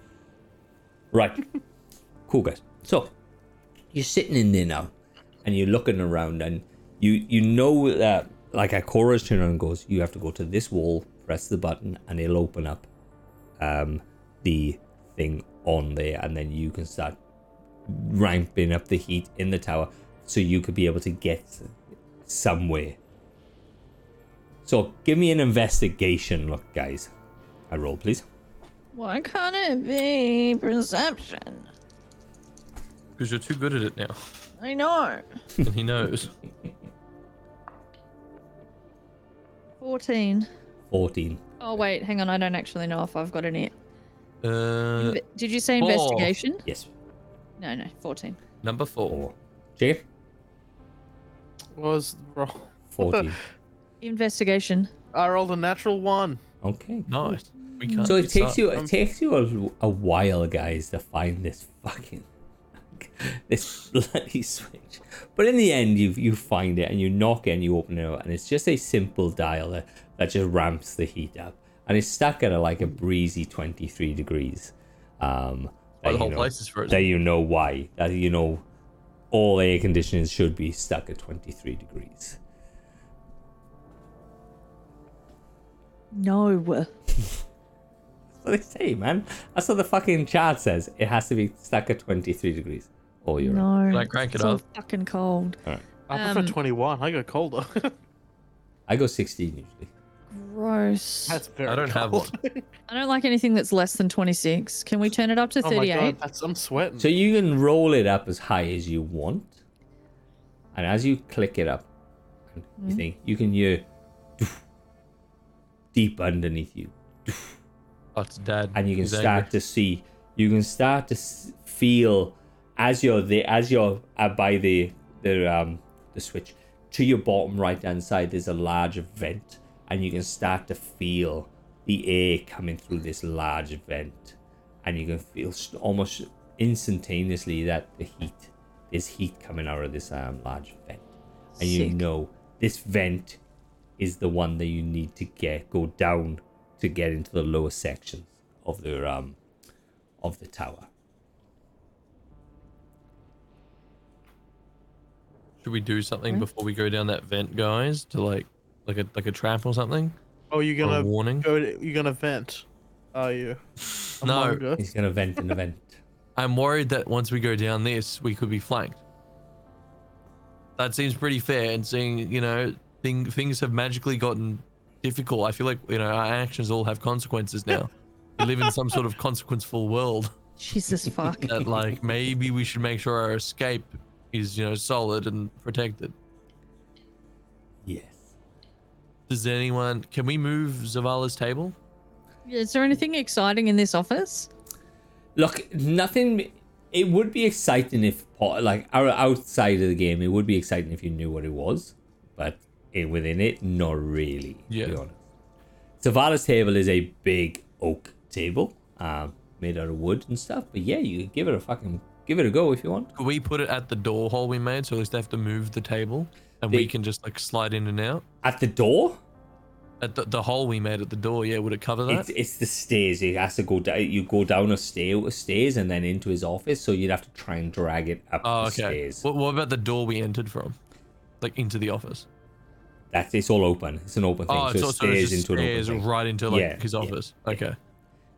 Right, cool guys. So you're sitting in there now, and you're looking around, and you you know that like Ikora's turn around and goes, you have to go to this wall, press the button, and it'll open up, um, the thing on there, and then you can start ramping up the heat in the tower so you could be able to get somewhere. So give me an investigation look, guys. I roll, please.
Why can't it be perception?
Because you're too good at it now,
I know.
and he knows.
14.
14.
Oh, wait, hang on. I don't actually know if I've got any
Uh,
Inve- Did you say
four.
investigation?
Yes.
No, no, 14.
number four.
Four. Jake?
What was wrong?
40.
Investigation.
I rolled a natural one.
okay.
Nice. We can't.
So it
get
takes
started.
you it takes you a, a while, guys, to find this fucking this bloody switch. But in the end, you you find it and you knock it and you open it up, and it's just a simple dial that, that just ramps the heat up, and it's stuck at a, like a breezy twenty three degrees. Um,
Oh,
that
the whole
you know-
place is
that
frozen.
you know why that you know all air conditioners should be stuck at 23 degrees
No.
that's what they say man that's what the fucking chart says it has to be stuck at 23 degrees Oh, all year round.
No.
Can I crank it
it's all
up?
fucking cold.
I prefer
Um,
21. I got colder.
i go 16 usually
Gross.
that's very
I don't have
cold.
I don't like anything that's less than 26. Can we turn it up to
oh my god,
38?
that's, I'm sweating.
so you can roll it up as high as you want and as you click it up you think you can hear deep underneath you
Oh, it's dad.
and you can
He's
start
angry.
to see you can start to s- feel as you're there as you're uh, by the the um the switch to your bottom right hand side there's a large vent and you can start to feel the air coming through this large vent and you can feel s- almost instantaneously that the heat there's heat coming out of this um, large vent and you
Sick.
know this vent is the one that you need to get go down to get into the lower sections of the um of the tower.
Should we do something before we go down that vent, guys? To like, like a like a trap or something?
oh, you're
Or a
gonna
warning?
go. To, you're gonna vent. Are you? A
No.
Mongo?
He's gonna vent and vent.
I'm worried that once we go down this, we could be flanked. That seems pretty fair. And seeing, you know, thing, things have magically gotten difficult. I feel like, you know, our actions all have consequences now. we live in some sort of consequenceful world
Jesus fuck.
that, like, maybe we should make sure our escape is, you know, solid and protected.
Yes.
Does anyone, can we move Zavala's table?
Is there anything exciting in this office?
Look, nothing. It would be exciting if, po- like, out- outside of the game, it would be exciting if you knew what it was, but i- within it, not really. To be
Yeah.
honest. Savala's table is a big oak table, um, made out of wood and stuff. But yeah, you could give it a fucking give it a go if you want.
Could we put it at the door hole we made so at least they have to move the table and we
They-
can just, like, slide in and out?
At the door,
At the, the hole we made at the door, yeah, would it cover that?
It's, it's the stairs. It has to go down. You go down a stair, a stairs, and then into his office. So you'd have to try and drag it up
Oh,
the
okay.
stairs.
What, what about the door we entered from? Like into the office?
That's it's all open. It's an open thing.
Oh,
so,
it's
it's
also
stairs
just
into
stairs
an open thing.
right into like
Yeah,
his
yeah,
office. Okay.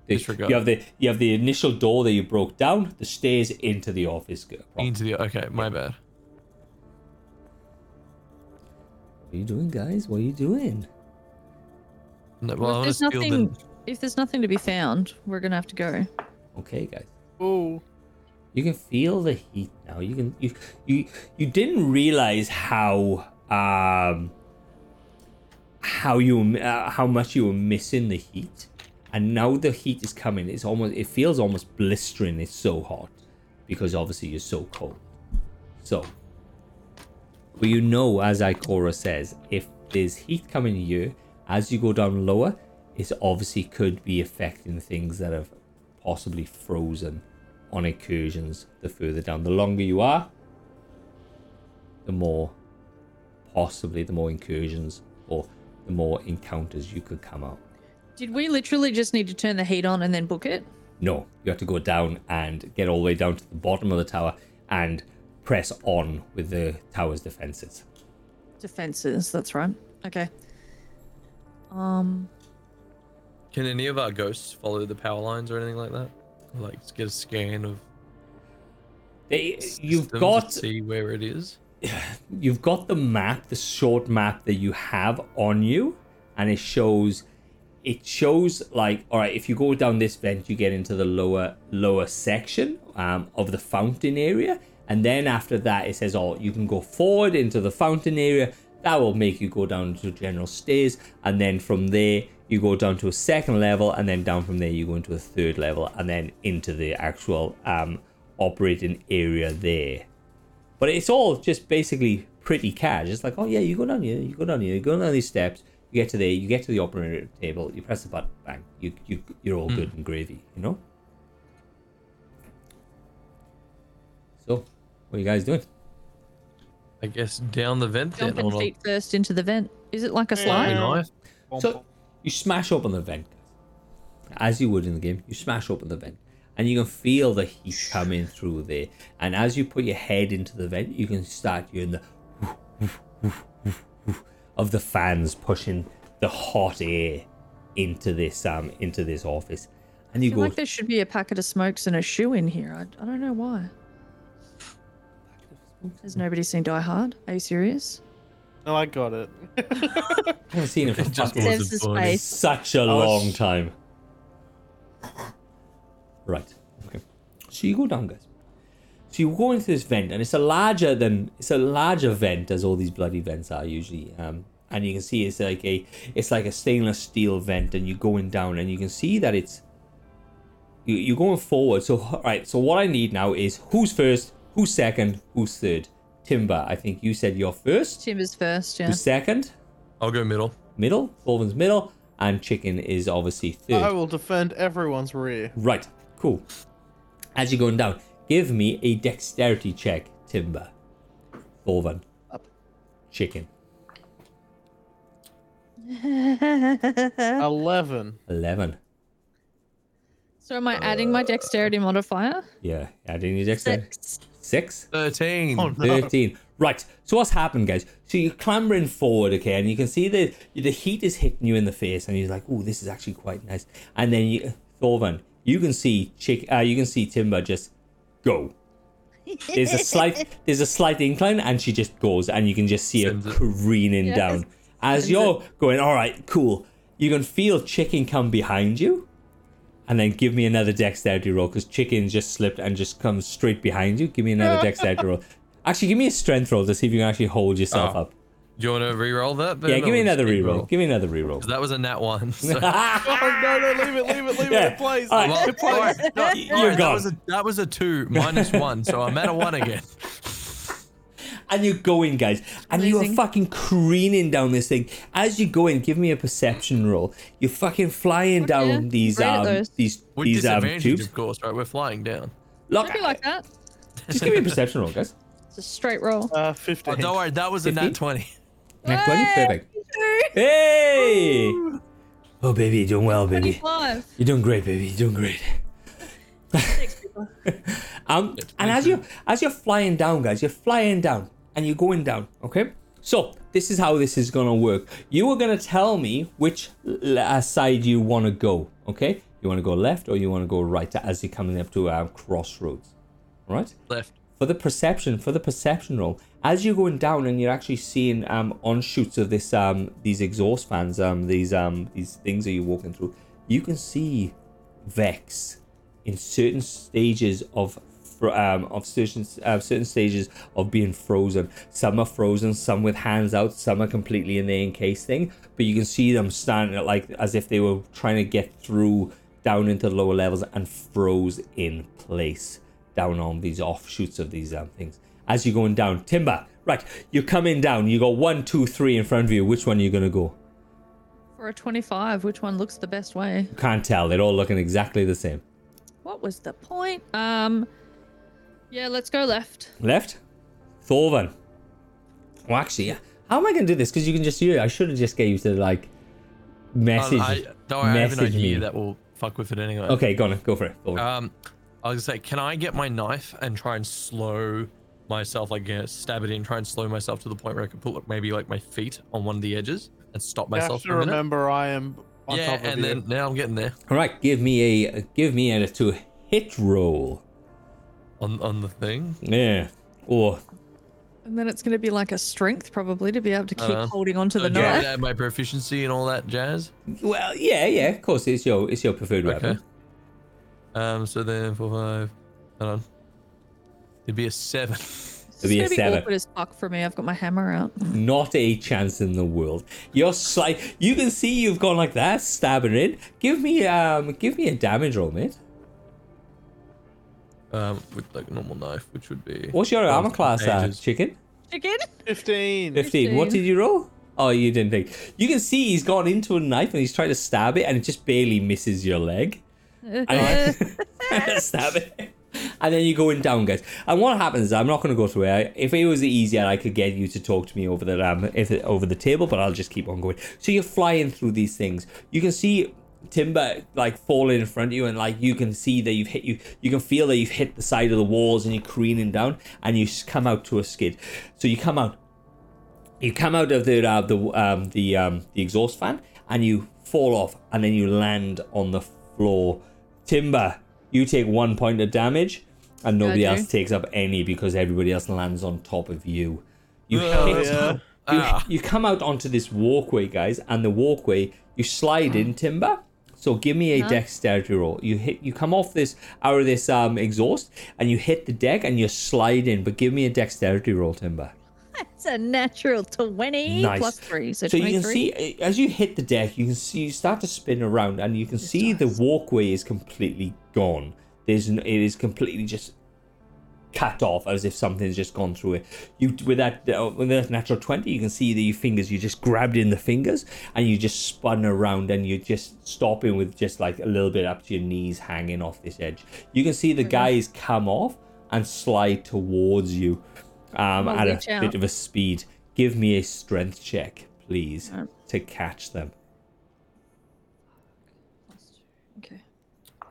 The-
disregard.
You have the you have the initial door that you broke down. The stairs into the office. go-
Into the okay, my bad.
What are you doing, guys? What are you doing?
No, well,
Well, if
I want to
there's
steal
nothing,
the
if there's nothing to be found, we're gonna have to go.
Okay, guys.
Oh,
You can feel the heat now. You can you you you didn't realize how um how you uh, how much you were missing the heat, and now the heat is coming. It's almost it feels almost blistering. It's so hot because obviously you're so cold. So, but you know, as Ikora says, if there's heat coming here, as you go down lower, it obviously could be affecting things that have possibly frozen on incursions the further down. The longer you are, the more possibly the more incursions or the more encounters you could come out.
Did we literally just need to turn the heat on and then book it?
No, you have to go down and get all the way down to the bottom of the tower and press on with the tower's defenses.
Defenses. That's right. Okay. Um.
Can any of our ghosts follow the power lines or anything like that? Or, Like just get a scan of
They,
systems
you've
and
got
see where it is.
you've got the map, the short map that you have on you, and it shows it shows like all right, if you go down this vent, you get into the lower lower section um, of the fountain area, and then after that, it says oh, you can go forward into the fountain area. That will make you go down to general stairs, and then from there you go down to a second level, and then down from there you go into a third level, and then into the actual um, operating area there. But it's all just basically pretty cash. It's like, oh yeah, you go down here, you go down here, you go down these steps, you get to there, you get to the operating table, you press the button, bang, you you you're all good and gravy, you know. So, what are you guys doing?
I guess down the vent then.
Jumping
Or
feet first into the vent. Is it like a slide?
Yeah.
knife.
So you smash open the vent, as you would in the game. You smash open the vent, and you can feel the heat coming through there. And as you put your head into the vent, you can start hearing the of the fans pushing the hot air into this um into this office. And you
I
go
feel like there should be a packet of smokes and a shoe in here. I, I don't know why. Has nobody seen Die Hard? Are you serious?
No, I got it.
I haven't seen it for
Just
fucking
wasn't
Saves his
funny.
face.
such a
was-
long time. Right. Okay. So you go down, guys. So you go into this vent, and it's a larger than it's a larger vent as all these bloody vents are usually. Um, and you can see it's like a it's like a stainless steel vent, and you're going down, and you can see that it's you, you're going forward. So all right. So what I need now is who's first, who's second, who's third. Timber, I think you said you're first.
Timbers first, yeah.
Who's second?
I'll go middle.
middle, Thorvin's middle, and Chicken is obviously third.
I will defend everyone's rear.
Right, cool. As you're going down, give me a dexterity check, Timber, Thorvin,
Up.
Chicken,
11.
11.
so am I adding my dexterity modifier?
Yeah, adding your dexterity.
Six.
Six?
Thirteen.
Oh, no.
13. Right. So what's happened, guys? So you're clambering forward, okay, and you can see the the heat is hitting you in the face, and you're like, "Oh, this is actually quite nice." And then you, Thorvan, you can see Chick, uh, you can see Timber just go. There's a slight there's a slight incline, and she just goes, and you can just see her
Sends it.
careening
Yes.
down. As
Sends
you're going, all right, cool. You can feel Chicken come behind you, and then give me another dexterity roll because Chicken just slipped and just comes straight behind you. Give me another dexterity roll. Actually, give me a strength roll to see if you can actually hold yourself
Oh.
up.
Do you want to re-roll that?
Yeah,
then,
give me
or just
another
keep
reroll.
roll?
Give me another reroll.
'Cause That was a nat one. So.
Oh, no, no, leave it, leave it, leave
Yeah.
it. It plays.
All right.
Well,
It plays. No,
you
Sorry,
are
that
gone.
was a that was a two minus one, so I'm at a one again.
and you're going, guys, and you are
Amazing.
fucking careening down this thing. As you go in, give me a perception roll. You're fucking flying
Oh,
down
yeah.
these
Great at
um
those.
these
With
these um
disadvantage,
tubes.
of course, right? We're flying down.
Look,
Should be like that.
just give me a perception roll, guys.
It's a straight roll.
Uh,
Oh,
15.
don't worry, that was a
Fifteen?
nat twenty.
Nat 20? Perfect. Hey! Oh, baby, you're doing well, baby.
Twenty-five.
You're doing great, baby. You're doing great. um, and as you as you're flying down, guys, you're flying down and you're going down. Okay. So this is how this is gonna work. You are gonna tell me which l- uh, side you want to go. Okay. You want to go left or you want to go right as you're coming up to um, crossroads. All right
Left.
for the perception for the perception roll as you're going down and you're actually seeing um on shoots of this um these exhaust fans um these um these things that you're walking through you can see vex in certain stages of fr- um, of certain uh, certain stages of being frozen. Some are frozen, some with hands out, some are completely in their encased thing. But you can see them standing at, like as if they were trying to get through down into the lower levels and froze in place down on these offshoots of these um, things. As you're going down, Timber, right? You're coming down. You got one, two, three in front of you. Which one are you gonna go?
For a twenty-five, which one looks the best way?
You can't tell. They're all looking exactly the same.
What was the point? Um, yeah, let's go left.
Left? Thorvan. Well, actually, yeah. How am I going to do this? Because you can just do it. I should have just gave you to, like, message.
Um, I, don't worry, I have an
message
idea
me.
that will fuck with it anyway.
Okay, go on. Go for it. Thorvan.
Um, I was gonna say, can I get my knife and try and slow myself, like uh, stab it in, try and slow myself to the point where I can put like, maybe like my feet on one of the edges and stop
You have
myself.
to
for a minute.
remember I am on
Yeah,
top of
and
you.
then now I'm getting there
All right, give me a give me a to hit roll.
on on the thing.
Yeah. Or
And then it's going to be like a strength probably to be able to keep
Uh-huh.
holding on to the
do I
knife.
add my proficiency and all that jazz.
well, yeah, yeah. Of course, it's your it's your preferred
Okay.
weapon.
Um. So then four five. Hold on. It'd be a seven.
It'll be a
it's gonna be
seven.
awkward as fuck for me. I've got my hammer out.
Not a chance in the world. You're s- like you can see you've gone like that, stabbing it. Give me um, give me a damage roll, mate.
Um, with like a normal knife, which would be.
What's your armor class, uh,
Ages.
chicken?
Again?
15.
15. What
15.
did you roll? Oh, you didn't think. You can see he's gone into a knife and he's trying to stab it, and it just barely misses your leg. And stab it. And then you're going down, guys. And what happens? I'm not going to go through it. I- If it was easier, I could get you to talk to me over the um, if over the table, but I'll just keep on going. So you're flying through these things. You can see timber like falling in front of you, and like you can see that you've hit you. You can feel that you've hit the side of the walls, and you're careening down, and you s- come out to a skid. So you come out you come out of the uh, the um, the um, the exhaust fan and you fall off and then you land on the floor. Timber, you take one point of damage, and nobody
Okay.
else takes up any because everybody else lands on top of you. You
Oh,
hit-
yeah.
you, you come out onto this walkway, guys, and the walkway you slide in timber. So give me a dexterity roll. You hit, you come off this out of this um exhaust, and you hit the deck, and you slide in. But give me a dexterity roll, timber.
It's a natural 20
Nice.
plus 3. So,
So you
23.
can see eh, as you hit the deck, you can see you start to spin around, and you can see the walkway is completely gone. There's n- it is completely just cut off as if something's just gone through it. You with that uh, with that natural twenty, you can see that your fingers you just grabbed in the fingers and you just spun around and you just stopping with just like a little bit up to your knees hanging off this edge. You can see the
Mm-hmm.
guys come off and slide towards you um,
I'll
at
reach
a
out.
bit of a speed. Give me a strength check, please,
Alright.
to catch them.
Okay.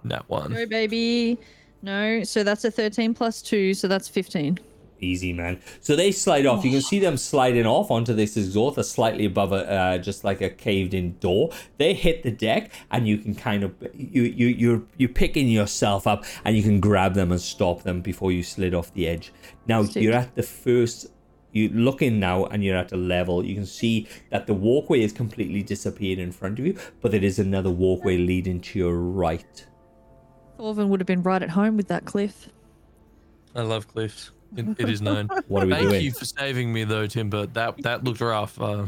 That one.
No, baby. No. So that's a 13 plus 2. So that's 15.
Easy, man. So they slide off. You can see them sliding off onto this exhaust that's slightly above a, uh, just like a caved-in door. They hit the deck, and you can kind of you you you're you're picking yourself up, and you can grab them and stop them before you slid off the edge. Now
Sick.
you're at the first. You look in now, and you're at a level. You can see that the walkway is completely disappeared in front of you, but there is another walkway leading to your right.
Thorvin would have been right at home with that cliff.
I love cliffs. It, it is known.
What are we
Thank
doing?
you for saving me though, Timber. That that looked rough. Uh,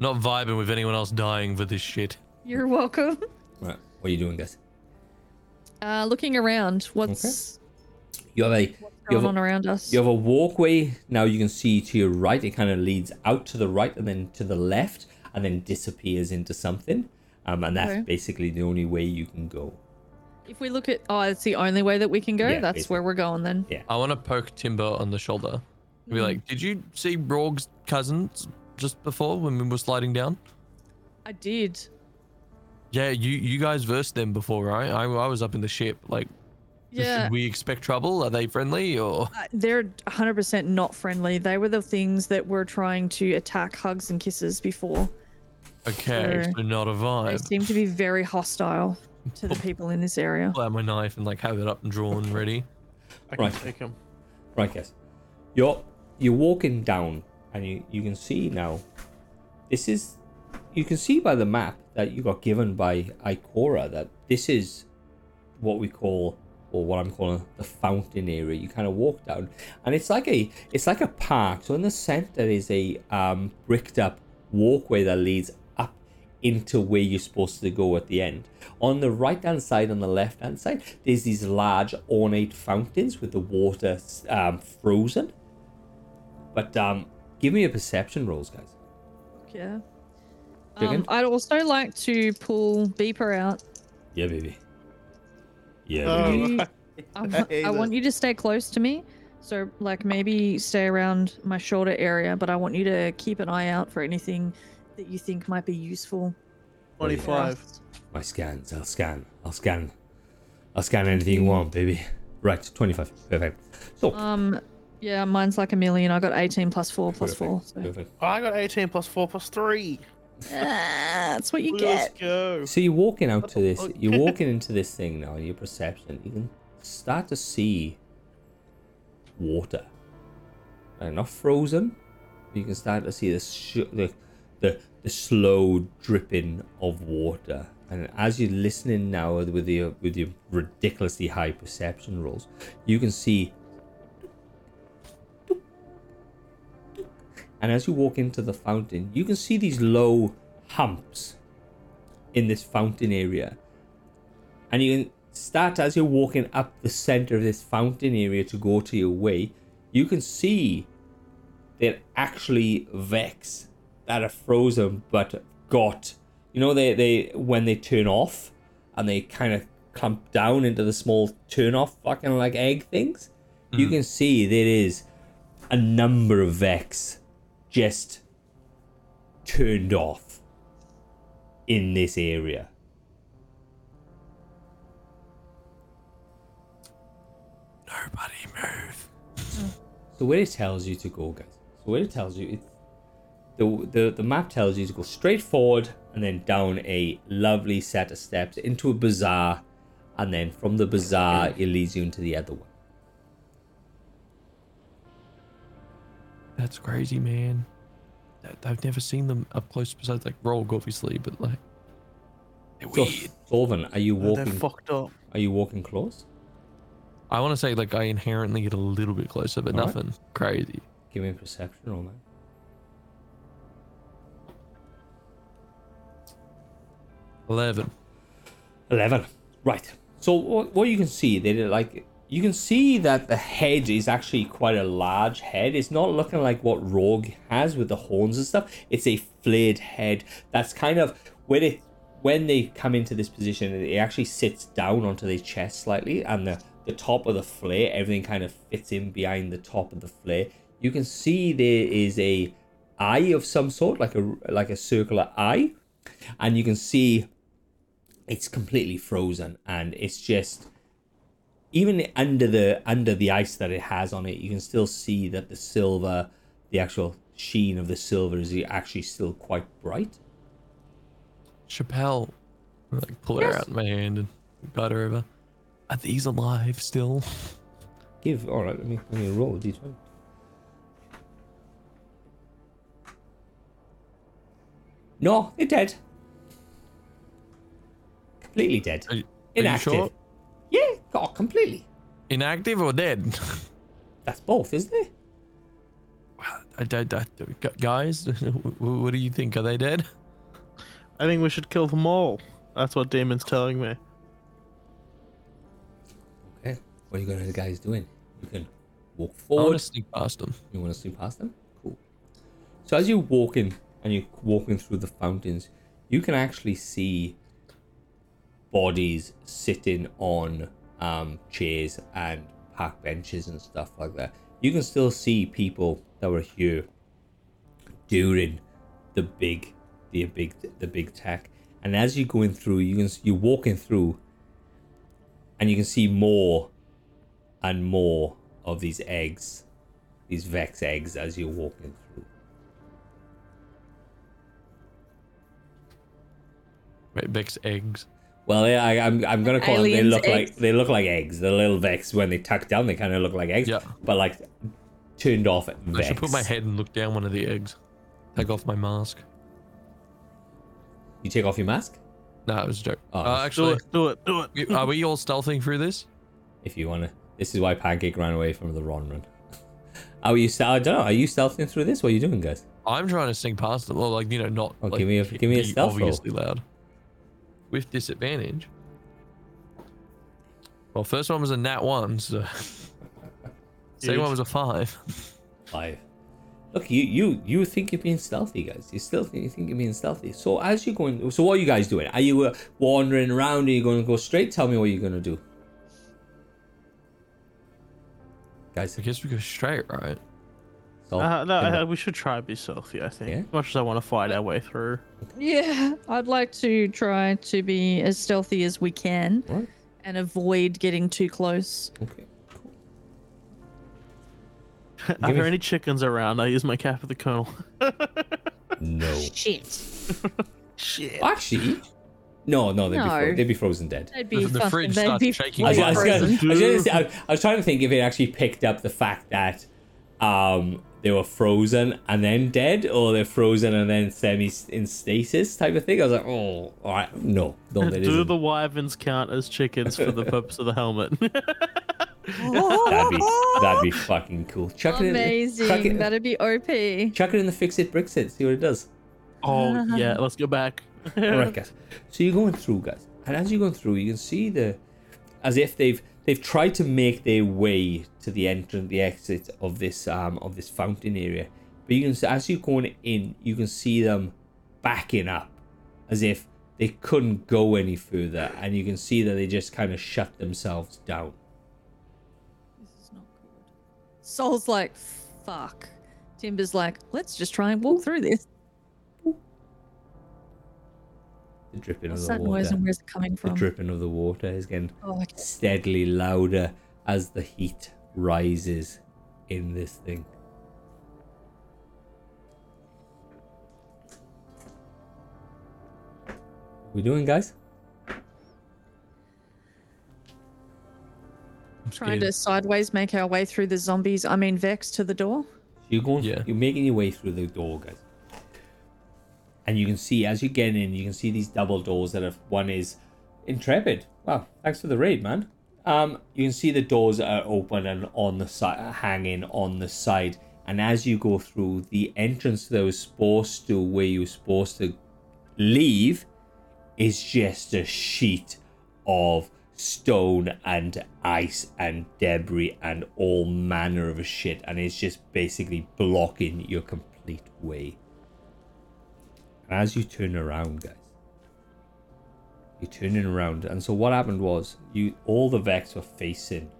not vibing with anyone else dying for this shit.
You're welcome.
Right. What are you doing, guys?
Uh, looking around, what's
You have a you
going
have a-
on around us?
You have a walkway now you can see to your right. It kind of leads out to the right and then to the left and then disappears into something. Um, and that's
Okay.
basically the only way you can go.
If we look at, oh, it's the only way that we can go.
Yeah,
that's
basically.
where we're going then.
I want to poke Timber on the shoulder. Be
Mm-hmm.
like, did you see Rorg's cousins just before when we were sliding down?
I did.
Yeah, you you guys versed them before, right? I, I was up in the ship. Like,
Yeah.
should we expect trouble? Are they friendly or?
Uh, they're 100% not friendly. They were the things that were trying to attack hugs and kisses before.
Okay,
Sure.
so not a
They
vibe.
seem to be very hostile to the people in this area.
Pull out my knife and like have it up and drawn, ready.
I can
Right.
take him.
Right, guys. You're you're walking down and you, you can see now this is you can see by the map that you got given by Ikora that this is what we call or what I'm calling the fountain area. You kind of walk down and it's like a it's like a park. So in the center is a um bricked up walkway that leads up into where you're supposed to go at the end. On the right hand side and the left hand side, there's these large ornate fountains with the water um, frozen. But um give me a perception rolls, guys.
Yeah.
Chicken?
Um, I'd also like to pull Beeper out.
Yeah, baby. Yeah,
Um,
Oh,
baby.
You-
I
I wa-
hate
I
it.
want you to stay close to me. So, like, maybe stay around my shoulder area, but I want you to keep an eye out for anything that you think might be useful. for
25.
us.
My scans. I'll scan. I'll scan. I'll scan anything you want, baby. Right, 25. Perfect. So,
Um, yeah, mine's like a million. I got 18 plus 4 plus
perfect.
4. So.
perfect.
Oh, I got 18 plus 4 plus 3.
Ah, that's what you
Let's
get.
go.
So you're walking out to this.
fuck?
You're walking into this thing now. and Your perception. You can start to see water. They're not frozen. You can start to see the sh- the, the the slow dripping of water. And as you're listening now with your with your ridiculously high perception rolls, you can see And as you walk into the fountain, you can see these low humps in this fountain area. And you can start as you're walking up the center of this fountain area to go to your way, you can see they're actually Vex that are frozen but got you know they they when they turn off and they kind of clump down into the small turn off fucking like egg things you can see there is a number of vex just turned off in this area
Nobody move.
So where it tells you to go, guys. So where it tells you, it, the, the the map tells you to go straight forward and then down a lovely set of steps into a bazaar, and then from the bazaar it leads you into the other one.
That's crazy, man. That, I've never seen them up close besides like Rogue, obviously, but like they're
So,
weird.
Solvin, are you
They're
walking?
fucked up.
Are you walking close?
I want to say like I inherently get a little bit closer, but
All right.
nothing crazy.
Give me a perception roll, man.
Eleven.
11 right so what, what you can see they did like you can see that the head is actually quite a large head it's not looking like what rogue has with the horns and stuff it's a flared head that's kind of when it when they come into this position it actually sits down onto their chest slightly and the the top of the flare everything kind of fits in behind the top of the flare you can see there is a eye of some sort like a like a circular eye and you can see it's completely frozen and it's just even under the under the ice that it has on it you can still see that the silver the actual sheen of the silver is actually still quite bright
Chappelle, I, like pull her out in my hand and guide her over. Are these alive still?
give all right let me let me roll a d20 no they're dead completely dead
Are, you- are you
inactive
sure?
yeah oh completely
Inactive or dead?
that's both isn't it
I, don't- I, don't- gu- guys, wh- what do you think? Are they dead?
I think we should kill them all. That's what Damon's telling me.
Okay. What are you gonna guys doing? You can walk
I want
forward.
to sneak past them.
You wanna swim past them? Cool. So as you're walking and you're walking through the fountains, you can actually see bodies sitting on um, chairs and park benches and stuff like that. You can still see people that were here during the big, the big, the big attack. And as you're going through, you can s- you're walking through, and you can see more and more of these eggs, these vex eggs, as you're walking through.
Right, Beck's eggs.
Well, they, I, I'm I'm gonna call them. They
Aliens
look like
eggs.
they look like eggs. The little vex when they tuck down, they kind of look like eggs.
Yeah.
But like turned off at vex.
I should put my head and look down one of the eggs. Take off my mask.
You take off your mask
Nah, it was a joke.
Oh,
uh,
Do
actually,
it, do it, do it.
we- are we all stealthing through this?
if you wanna. This is why Pancake ran away from the Ron run. Are you? stealth- I don't know. Are you stealthing through this? What are you doing, guys?
I'm trying to sneak past them. Well, like you know, not.
Oh,
like,
give me a- give me a
be
stealth roll.
Obviously loud. With disadvantage. Well, first one was a nat one, so. Second
Huge.
one was a five.
Five. Look, you you you think you're being stealthy, guys. You still think you think you're being stealthy. So as you're going, so what are you guys doing? Are you uh, wandering around? Are you going to go straight? Tell me what you're going to do, guys.
I guess we go straight, right?
so-
Uh, no, I- I- we should try and be stealthy, I think.
Oh. Yeah?
As much as I want to fight our way through.
Yeah, I'd like to try to be as stealthy as we can
Right.
and avoid getting too close.
Okay.
Are
Give me-
there any chickens around? I use my cap of the colonel.
No.
Shit.
Shit.
Actually, no, no, they'd, Be, fro-
No.
they'd be frozen dead.
They'd be
The
fucking-
fridge
they'd
starts
be
shaking.
I was,
Like
I, was gonna- I
frozen.
was gonna say- I- I was trying to think if it actually picked up the fact that um, they were frozen and then dead, or they're frozen and then semi in stasis type of thing. I was like, oh, all right, no, no, that
Do
isn't.
the wyverns count as chickens for the purpose of the helmet?
That'd be that'd be fucking cool. Chuck
Amazing.
it in. Chuck it,
That'd be OP.
chuck it in the fix it bricks it. See what it does.
Oh yeah, let's go back.
All right, guys. So you're going through, guys, and as you're going through, you can see the, as if they've they've tried to make their way to the entrance, the exit of this um of this fountain area. But you can see as you're going in, you can see them backing up, as if they couldn't go any further, and you can see that they just kind of shut themselves down.
This is not good. Soul's like, fuck. Timber's like, let's just try and walk through this.
The dripping
What's
of the
that noise
water.
and where's it coming
The
from?
dripping of the water is getting
Oh, okay.
steadily louder as the heat rises in this thing. We doing, guys?
I'm
Trying to
scared.
sideways make our way through the zombies. I mean, Vex to the door.
You're going.
Yeah.
You're making your way through the door, guys. And you can see as you get in, you can see these double doors that have. One is intrepid. Wow, thanks for the raid, man. Um, you can see the doors are open and on the side, hanging on the side. And as you go through the entrance that was supposed to, where you were supposed to leave, is just a sheet of stone and ice and debris and all manner of shit and it's just basically blocking your complete way and as you turn around guys you're turning around and so what happened was you all the vex were facing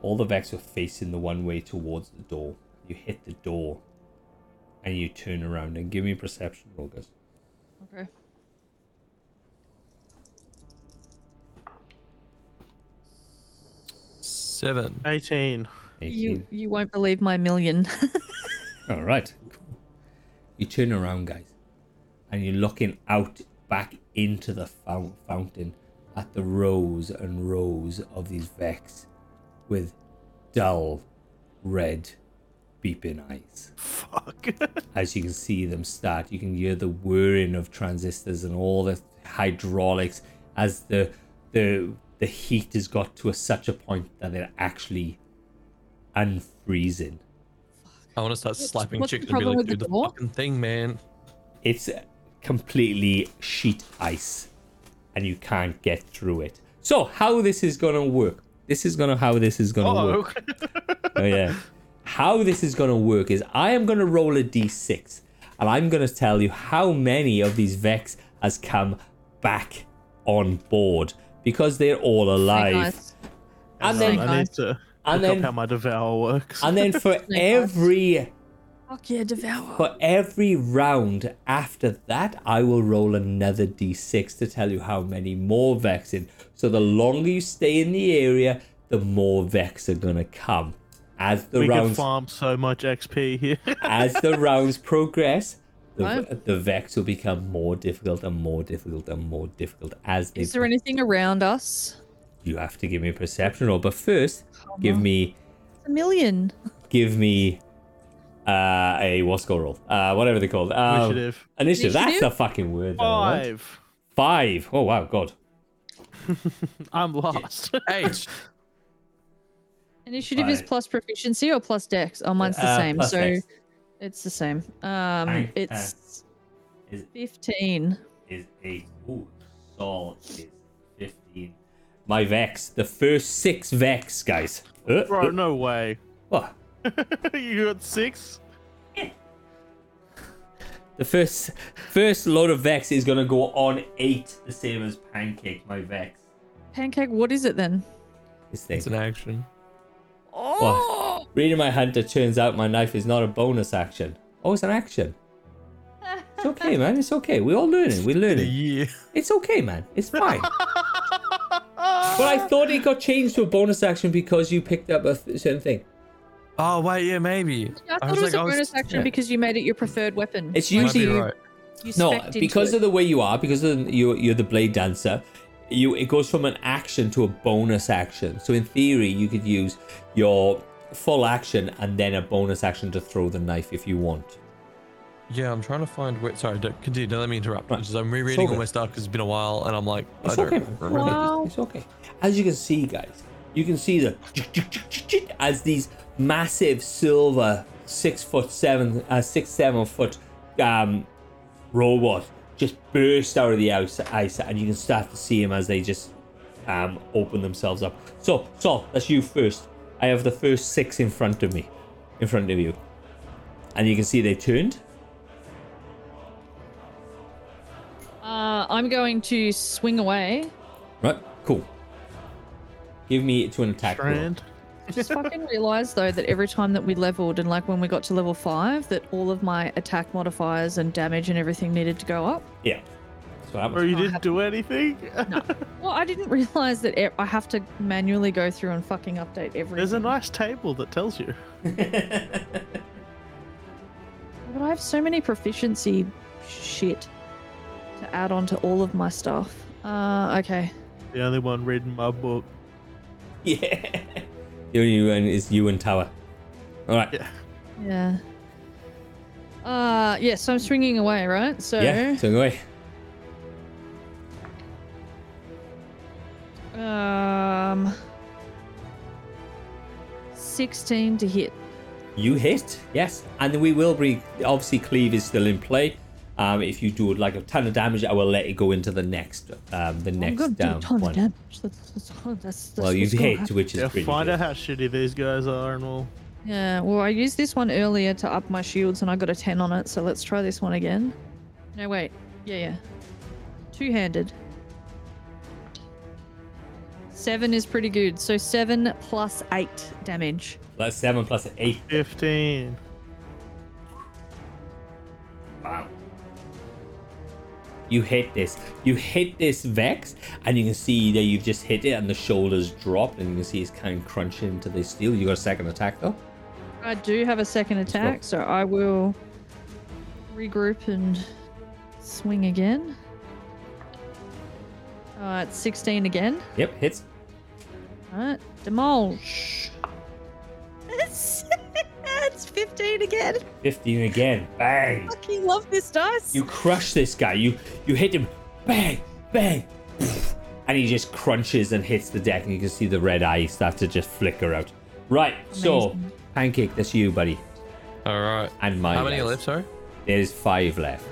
all the vex were facing the one way towards the door you hit the door and you turn around and give me a perception roll guys
Okay.
Seven.
Eighteen.
18.
You you won't believe my million.
All right. You turn around, guys, and you're looking out back into the fou- fountain at the rows and rows of these vex with dull red beeping eyes.
Fuck.
As you can see them start, you can hear the whirring of transistors and all the hydraulics as the the the heat has got to a, such a point that they're actually unfreezing.
I want to start slapping
what's the
chicks and be
problem
like,
with the
dude, the,
door?"
fucking thing, man.
it's completely sheet ice and you can't get through it so how this is gonna work this is gonna how this is gonna
Oh.
work oh yeah how this is gonna work is i am gonna roll a d6 and i'm gonna tell you how many of these vex has come back on board because they're all alive
Nice.
and
Thank
then
I need to
And
look
then-
up how my devour works.
and then for
Nice.
every
Fuck yeah, devour.
For every round after that, I will roll another d6 to tell you how many more Vex in. So the longer you stay in the area, the more Vex are gonna come. As the
we can
rounds
farm so much XP here.
as the rounds progress, the,
Right.
the Vex will become more difficult and more difficult and more difficult as they
Is there anything around us?
you have to give me a perception roll. But first,
Uh-huh.
give me
It's a million.
give me uh a what's go roll. Uh whatever they're called. Um,
Initiative.
Initiative. That's
Initiative?
a fucking word. that I want.
Five.
Five. Oh wow, God.
I'm lost.
Eight.
Initiative is
Right.
plus proficiency or plus dex. Oh, mine's the
Uh,
same.
plus
So
dex
it's the same.
Aye,
Um, it's
is-
fifteen.
is eight. Ooh, Saul is fifteen. My vex, the first six vex guys. Uh, oh,
Bro,
uh,
no way.
what?
you got six?
The first first load of vex is gonna go on eight, the same as pancake. My vex.
Pancake, what is it then?
This thing.
It's an action.
Oh,
Reading my hunter turns out my knife is not a bonus action. Oh, it's an action. It's okay, man. It's okay. We're all learning. We're learning.
Yeah.
It's okay, man. It's fine. but I thought it got changed to a bonus action because you picked up a th- certain thing.
Oh wait, yeah, maybe.
I thought it was a bonus action
yeah.
because you made it your preferred weapon.
It's
Like,
Might be
usually
right.
you
No,
spec'd into
because
it.
of the way you are, because of you, you're the blade dancer. You it goes from an action to a bonus action. So in theory, you could use your full action and then a bonus action to throw the knife if you want.
Yeah, I'm trying to find. Wait, sorry, don't, continue. Don't let me interrupt.
Right.
Just, I'm rereading
okay.
all my stuff because it's been a while, and I'm like,
It's
I don't
okay, man. It's
remember.
okay. It's okay. As you can see, guys, You can see the as these massive silver six foot seven, uh, six seven foot um, robot just burst out of the ice, ice, and you can start to see them as they just um, open themselves up. So, so that's you first. I have the first six in front of me, in front of you, and you can see they turned.
Uh, I'm going to swing away.
Right, cool. Give me to an attack roll.
Strand.
Just fucking realized though that every time that we leveled and like when we got to level five, that all of my attack modifiers and damage and everything needed to go up.
Yeah. So
Or
that
you didn't do anything?
Well, I didn't realize that e- I have to manually go through and fucking update everything.
There's a nice table that tells you.
But I have so many proficiency shit to add on to all of my stuff. Uh, okay.
The only one reading my book.
yeah. The only one is you and Tower. All right.
Yeah.
Yeah. Uh, yeah, so I'm swinging away, right? So,
Yeah. Turn away.
um, 16 to hit.
You hit, yes, and we will be obviously cleave is still in play. Um, if you do like a ton of damage, I will let it go into the next, um, the
I'm
next
gonna Oh, do a
um,
ton
one.
of damage. That's, that's, that's, that's
well, you
what's gonna
hit,
happen.
which is
Yeah,
pretty
find
good.
out how shitty these guys are and we'll
Yeah, well, I used this one earlier to up my shields and I got a 10 on it, so let's try this one again. No, wait. Yeah, yeah. Two handed. Seven is pretty good. So seven plus eight damage.
That's seven plus eight.
15.
You hit this. You hit this Vex, and you can see that you've just hit it, and the shoulders dropped, and you can see it's kind of crunching into the steel. You got a second attack though.
I do have a second
roll.
attack, so I will regroup and swing again. Uh, it's 16 again.
Yep, hits.
Alright, demolish. It's, it's 15 again.
Fifteen again. Bang.
fucking love this dice.
You crush this guy. You you hit him, bang, bang, pff, and he just crunches and hits the deck, and you can see the red eye start to just flicker out. Right, so
Amazing.
pancake, that's you, buddy,
All right.
and my.
How many are left? Sorry.
There is five left.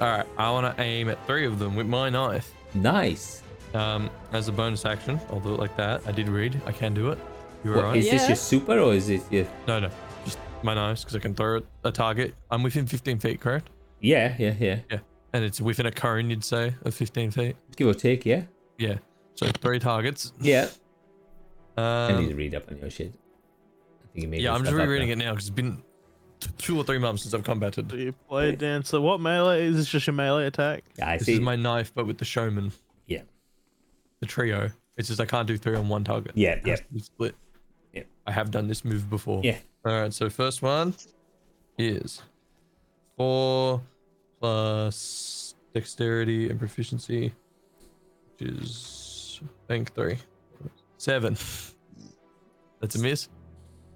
All right. I want to aim at three of them with my knife.
Nice.
Um, as a bonus action, I'll do it like that. I did read. I can do it. You're
What,
right.
is this
Yeah.
your super or is it your?
No, no. Just my knives because I can throw at a target. I'm within 15 feet, correct?
Yeah, yeah, yeah.
Yeah. And it's within a cone, you'd say, of 15 feet.
Give or take, yeah,
Yeah. So three targets.
yeah. I need to
Um,
read up on your shit. I think you made
yeah,
this
I'm just
stuff up
rereading
now.
it now because it's been t- two or three months since I've
Do
combated.
you play dancer? What melee? Is this just your melee attack?
Yeah, I
This
see.
is my knife, but with the showman,
Yeah,
the trio. It's just I can't do three on one target.
Yeah,
It has to be Split.
Yeah.
I have done this move before.
yeah.
All right, so first one is four plus dexterity and proficiency, which is I think three, seven. That's a miss.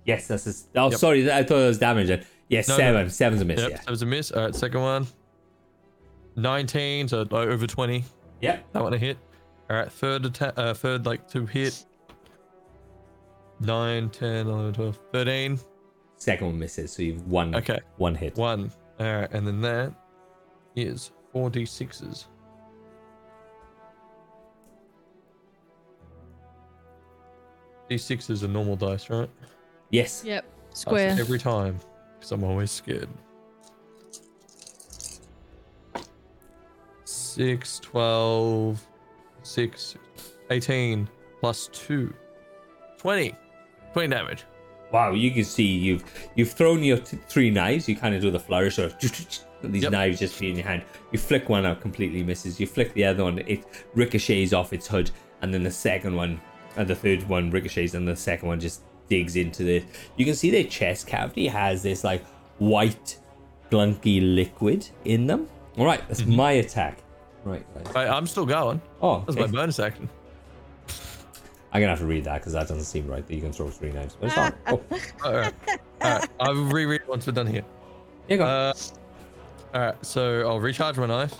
Yes, that's. A, s- oh,
Yep.
sorry, I thought it was damage. then. Yes,
No, no.
seven. Seven's a miss.
Yep,
Yeah.
that was a miss. All right, second one. Nineteen, so like, over twenty.
Yep.
That one a hit. All right, third attack. Uh, third like two hit. 9, 10, 11, 12, 13.
Second one misses, so you've one.
Okay.
One hit.
One. All right, and then that is four d sixes. D six is a normal dice, right? That's
Yes.
Yep. Square.
Oh, every time, because I'm always scared. Six, 12, six, 18, plus two. 20. 20 damage.
Wow, you can see you've you've thrown your t- three knives. You kind of do the flourish of these
Yep.
knives just be in your hand. You flick one out, completely misses. You flick the other one, it ricochets off its hood, and then the second one, and the third one ricochets, and the second one just digs into the. You can see their chest cavity has this like white, glunky liquid in them. All right, that's my attack. Right, guys.
I, I'm still going.
Oh,
Mm-hmm. That's
okay.
my bonus action.
I'm gonna have to read that because that doesn't seem right that you can throw three knives. But it's not. Oh,
All right. All right. I'll reread once we're done here.
here you go.
Uh, all right, so I'll recharge my knife.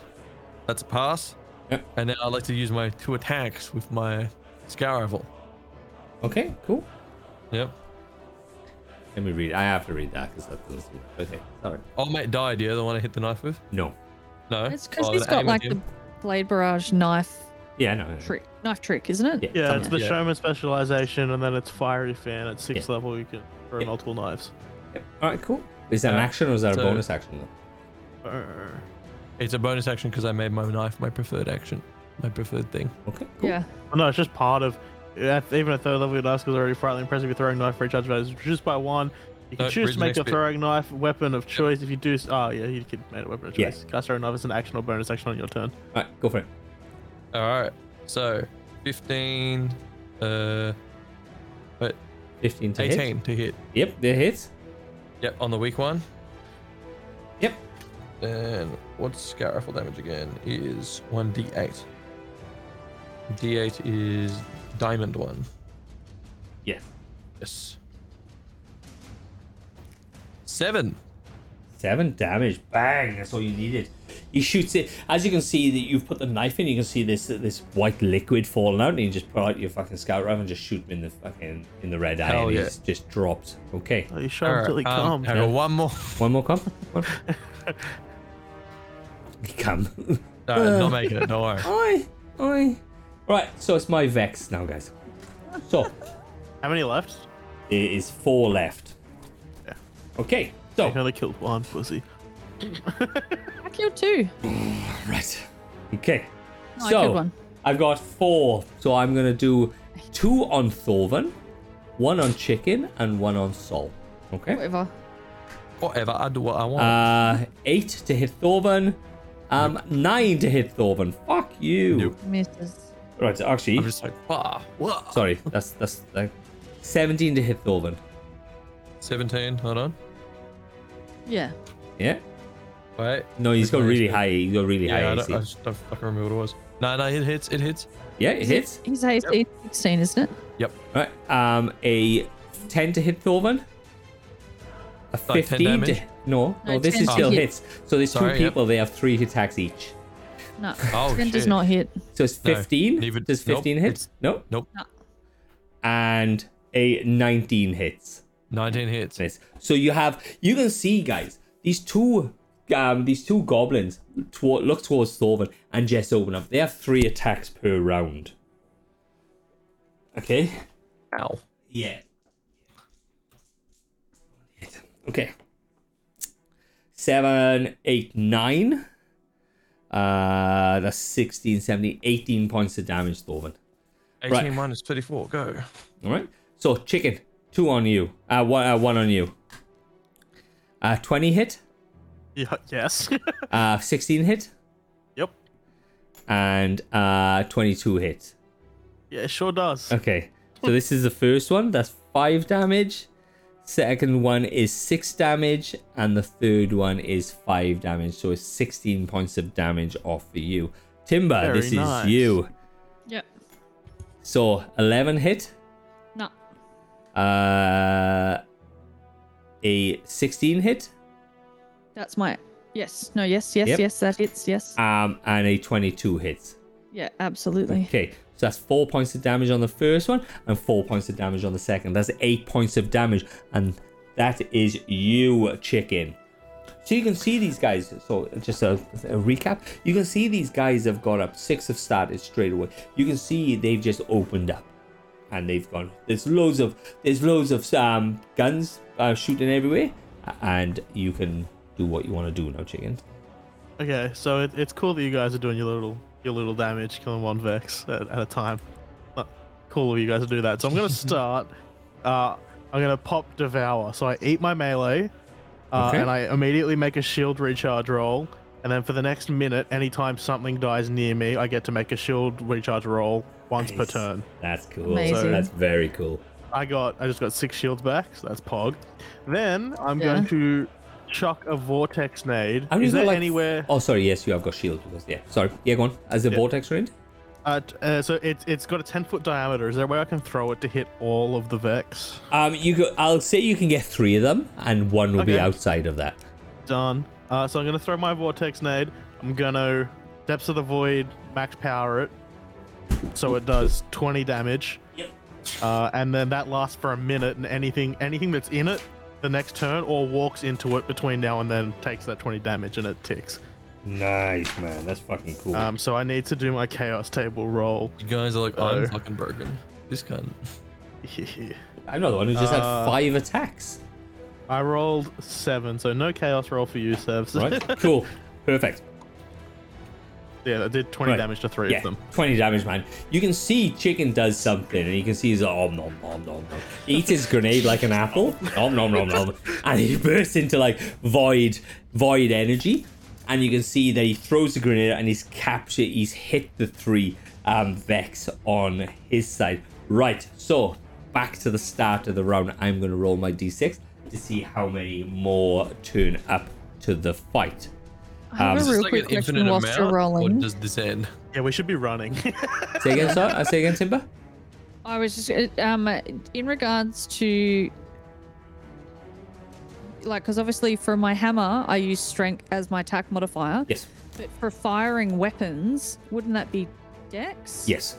That's a pass.
Yep.
And then I'd like to use my two attacks with my scour rifle.
Okay, cool.
Yep.
Let me read. I have to read that because that doesn't. Okay, sorry.
Oh, mate died. Yeah, the one I hit the knife with.
No.
No.
It's because
Oh,
he's
the
got
aim
like the
again.
blade barrage knife
Yeah, no. no.
trick, knife trick, isn't it?
Yeah,
Yeah,
something
it's the
Yeah.
showman specialization, and then it's fiery fan at sixth
Yeah.
level. You can throw
Yeah.
multiple knives.
Yep. All right, cool. Is that an
Yeah.
action or is that
So-
a bonus action? Though?
Brr.
It's a bonus action because I made my knife my preferred action, my preferred thing.
Okay, cool.
Yeah.
Well, Oh, no, it's just part of. at- Even at third level, your knife is already frightfully impressive. Your throwing knife recharge value is reduced by one. You can
No,
choose
read
to
the
make
next
your
bit.
throwing knife weapon of choice. If you do, s- oh yeah, you can make a weapon of
Yeah.
choice. Cast throwing knife is an action or bonus action on your turn.
All right, go for it.
All right. So 15, uh, wait,
15 to
18
hit.
to hit.
Yep, they hit.
Yep, on the weak one.
Yep.
And what's scout rifle damage again? Is 1d8. D8 is diamond one.
Yeah.
Yes. Seven.
Seven damage. Bang. That's all you needed. He shoots it. As you can see, that you've put the knife in. You can see this this white liquid falling out, and you just pull out your fucking scout rifle and just shoot him in the fucking in the red eye,
Hell
and
yeah.
he's just dropped. Okay.
Oh, you shot him till he
Alright, um,
comes.
I got one more.
One more come. One. he come.
No, not making it. Don't worry.
Oi, oi. Right. So it's my vex now, guys. So
How many left?
there is four left.
Yeah.
Okay. So
I only killed one pussy.
I killed two.
Right. Okay.
Oh, I
so
killed one.
I've got four. So I'm gonna do two on Thorvan, one on Chicken, and one on Sol. Okay.
Whatever.
Whatever. I do what I want.
Uh, eight to hit Thorvan. Um, nine to hit Thorvan. Fuck you.
Nope.
Misses.
Right. Actually,
I'm just like, ah, what?
sorry. That's that's like seventeen to hit Thorvan.
17. Hold on.
Yeah.
Yeah.
Wait.
No, he's got
Where's my
really
HP?
high. He's got really
Yeah, I,
high
don't,
AC.
I just don't fucking remember what it was. No, no, it hits. It hits.
Yeah, it hits.
He's AC 16, isn't it?
Yep.
Right. Um, a ten to hit Thorvan. A
Like 10
fifteen to
damage?
no, no,
No,
this
10
is
to
still
hit.
hits. So there's
Sorry,
two
yep.
people. They have three attacks each.
No.
Oh,
10 does
shit.
not hit.
So it's
No,
fifteen.
neither-
Does
nope,
fifteen hits?
it's-
No.
Nope.
And a nineteen hits.
19 hits.
Nice. So you have you can see guys these two um these two goblins toward, look towards Thorvan and just open up. They have three attacks per round. Okay.
Ow.
Yeah. Okay. Seven, eight, nine. Uh, that's 16, 17, 18 points of damage, Thorvin.
18
Right.
minus 34. Go.
All right. So, chicken, two on you. Uh, one, uh, one on you. Uh, 20 hit,
Yeah, yes.
uh, 16 hit,
yep.
and uh, 22 hit.
Yeah, it sure does.
Okay. So, this is the first one. That's five damage. Second one is six damage, and the third one is five damage. So it's 16 points of damage off for you. Timber,
Very
this
nice.
is you.
Yep.
So 11 hit,
No.
uh, a 16 hit,
That's my. Yes. No, yes, yes,
Yep.
yes. That hits. Yes.
Ah.
um, and a 22 hits.
Yeah, absolutely.
Okay, so that's four points of damage on the first one and four points of damage on the second. That's eight points of damage, and that is you, chicken. So you can see these guys. So just a, a recap. You can see these guys have got up six have started straight away. You can see they've just opened up, and they've gone. There's loads of there's loads of um, guns uh, shooting everywhere, and you can do what you want to do now, chicken.
Okay, so it, it's cool that you guys are doing your little your little damage, killing one vex at, at a time. Uh, Cool of you guys to do that. So I'm gonna start. uh, I'm gonna pop devour. So I eat my melee, uh,
Okay.
and I immediately make a shield recharge roll. And then for the next minute, anytime something dies near me, I get to make a shield recharge roll once per
Nice.
turn.
That's cool.
Amazing.
That's very cool.
I got I just got six shields back, so that's pog. Then I'm
Yeah.
going to chuck a vortex nade.
How do you
Is
go
there
like?
anywhere?
Oh, sorry. Yes, you have got shield. Because yeah. Sorry. Yeah, go on. As the
Yeah.
vortex range.
Uh, t- uh, so it's it's got a ten foot diameter. Is there a way I can throw it to hit all of the vex?
Um, you go. I'll say you can get three of them, and one will be
Okay.
outside of that.
Done. Uh, so I'm gonna throw my vortex nade. I'm gonna depths of the void max power it, so it does twenty damage.
Yep.
uh, and then that lasts for a minute. And anything anything that's in it the next turn or walks into it between now and then takes that twenty damage, and it ticks.
Nice, man. That's fucking cool.
Um, so I need to do my chaos table roll.
You guys are like, I'm
Oh.
fucking broken. This cunt.
I'm not the one who just had
uh,
five attacks.
I rolled seven, so no chaos roll for you, Sevs.
Right? cool. Perfect.
yeah, I did twenty
Right.
damage to three
Yeah,
of them.
20 damage, man. You can see Chicken does something, and you can see he's like, om nom nom nom nom. Eats his grenade like an apple, om nom nom nom, and he bursts into like void, void energy. And you can see that he throws the grenade and he's captured, he's hit the three um, Vex on his side. Right, so back to the start of the round. I'm going to roll my d6 to see how many more turn up to the fight.
I have
Um,
Is
a
this
real
like
quick
an
question
infinite
whilst
amount?
you're
Or
rolling.
does this end?
Yeah, we should be running.
Say again, sorry? I say again, Timber?
I was just uh, um in regards to like because obviously for my hammer I use strength as my attack modifier,
Yes.
but for firing weapons, wouldn't that be dex?
Yes.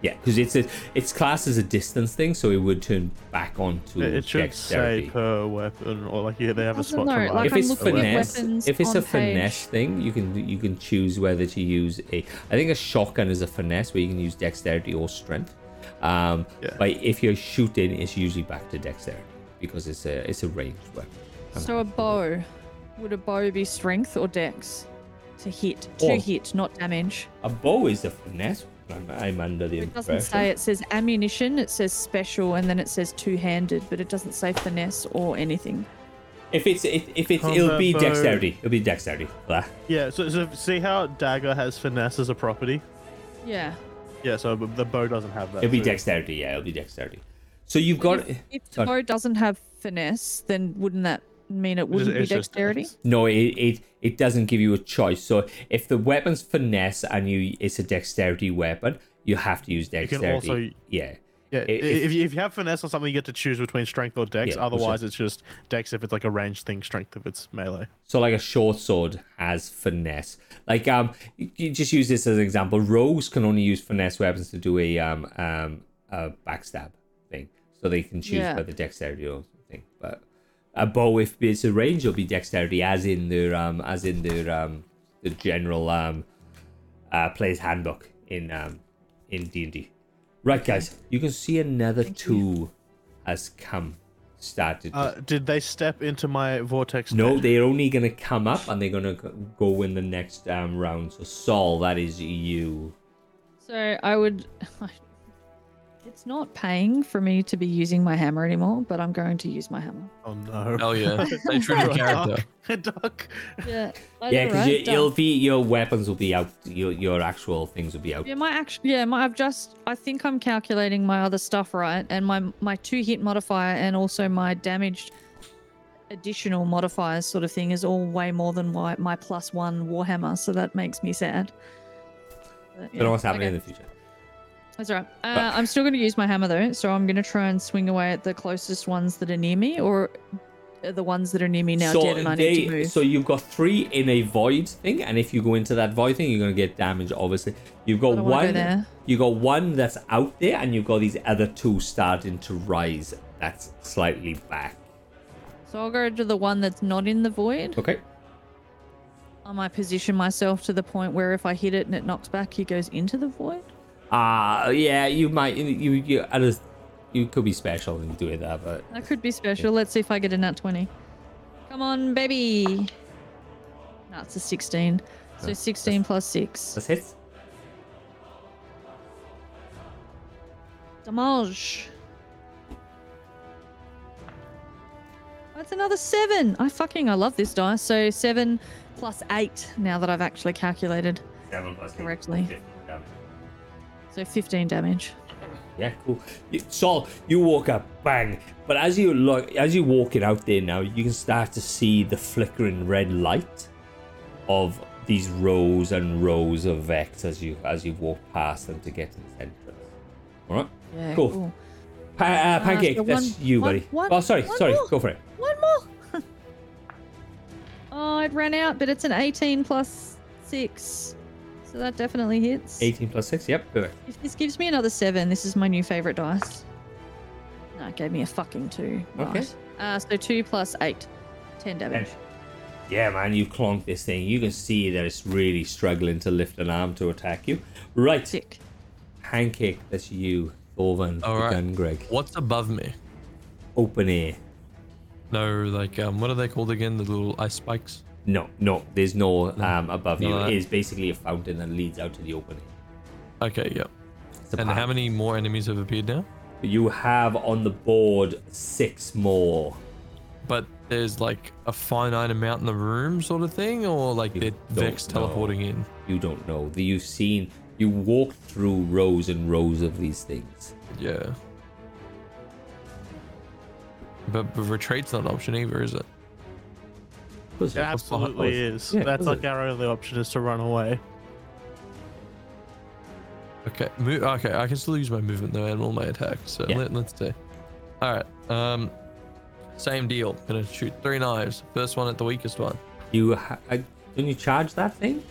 Yeah, because it's a, it's classed as a distance thing, so it would turn back onto
it should
dexterity.
say per weapon, or like yeah, they have a
Doesn't
spot
know,
for
like,
mark.
if
I'm
it's
looking at
finesse,
weapons
if it's
on
a
page.
finesse thing, you can you can choose whether to use a. I think a shotgun is a finesse where you can use dexterity or strength. Um,
Yeah.
But if you're shooting, it's usually back to dexterity because it's a it's a ranged weapon. Um,
So a bow, would a bow be strength or dex to hit? To
Oh.
hit, not damage.
A bow is a finesse. I'm, I'm under the
It
impression.
doesn't say. It says ammunition. It says special, and then it says two-handed, but it doesn't say finesse or anything.
if it's if, if it's it'll be
Combat bow.
dexterity. It'll be dexterity. Blah.
Yeah, so, so see how dagger has finesse as a property.
Yeah.
Yeah, so b- the bow doesn't have that.
It'll be
so-
dexterity, yeah. It'll be dexterity. So you've got
If, if
sorry.
the bow doesn't have finesse, then wouldn't that mean it
it's-
wouldn't be
it's just
dexterity?
dex.
no. It, it it doesn't give you a choice. So if the weapon's finesse and you it's a dexterity weapon, you have to use
can
dexterity.
also-
yeah.
Yeah,
If-
if, you- if you have finesse on something, you get to choose between strength or dex.
Yeah,
Otherwise, it's just dex if it's like a ranged thing, strength if it's melee.
So like a short sword has finesse. Like um, you- you just use this as an example. Rogues can only use finesse weapons to do a um um a backstab thing. So they can choose
Yeah.
by the dexterity or something. But a bow, if it's a range, will be dexterity, as in their um as in their um the general um uh player's handbook in um in D and D. Right, guys, you can see another two has come started. to
Uh, did they step into my vortex?
no,
net?
they're only gonna come up and they're gonna g- go in the next um, round. So Sol, that is you.
So I would. It's not paying for me to be using my hammer anymore, but I'm going to use my hammer.
Oh no.
Hell yeah. Stay true to character.
Duck. Duck.
Yeah.
yeah, because your LV, your weapons will be out. Your your actual things will be out.
Yeah, my action. Yeah, my, I've just. I think I'm calculating my other stuff right, and my my two hit modifier and also my damaged additional modifiers sort of thing is all way more than my, my plus one warhammer. So that makes me sad. But,
I don't know what's
yeah,
happening
okay.
in the future.
That's all right. Uh, I'm still going to use my hammer though, so I'm going to try and swing away at the closest ones that are near me, or are the ones that are near me now
so
dead, and I need to
they,
move.
so you've got three in a void thing, and if you go into that void thing, you're gonna get damage. Obviously, you've got
don't wanna go
one.
there.
You got one that's out there, and you've got these other two starting to rise. That's slightly back.
so I'll go to the one that's not in the void.
Okay.
I might position myself to the point where if I hit it and it knocks back, he goes into the void.
Uh yeah, you might. You you you, I just- you could be special and do it that, but
That could be special. Let's see if I get a nat 20. Come on, baby. No, it's a 16. So 16 plus 6.
That's hits.
Damage. That's another 7. I fucking, I love this dice. So 7 plus 8 now that I've actually calculated
Seven plus eight.
correctly. So 15 damage.
Yeah, cool. You, Sol, you walk up, bang. But as you look, as you're walking out there now, you can start to see the flickering red light of these rows and rows of Vex as you as you walk past them to get to the entrance. All right,
Yeah,
Cool.
cool.
pa- uh,
Ah,
pancake.
so
that's
one-
you,
one-
buddy.
one-
oh, sorry,
one
sorry.
more.
Go for it.
One more. oh, it ran out, but it's an 18 plus 6. So that definitely hits.
18 plus 6. Yep, perfect.
If this gives me another seven, this is my new favorite dice. No, it gave me a fucking two.
Okay.
Right. Uh, so two plus eight. Ten damage.
Yeah, man, you clonk this thing. You can see that it's really struggling to lift an arm to attack you. Right,
Sick.
pancake. That's you, Thorvan.
All right.
Gun, Greg.
What's above me?
Open air.
No, like um, what are they called again? The little ice spikes.
No, no, there's no um above you.
No, that-
It is basically a fountain that leads out to the open air.
Okay, yep.
It's a
And
path.
how many more enemies have appeared now?
You have on the board six more.
But there's like a finite amount in the room, sort of thing, or like
You
they're
don't
Vex teleporting in.
You don't know. The- You've seen. You walked through rows and rows of these things.
Yeah. But, but retreat's not an option either, is it?
Was
It absolutely is.
Yeah,
That's
was
like
it?
our only option is to run away.
Okay. Mo- okay, I can still use my movement though and all my attack. So
Yeah.
let, let's do. All right. Um, same deal. Gonna shoot three knives. First one at the weakest one.
You ha- I- don't you charge that thing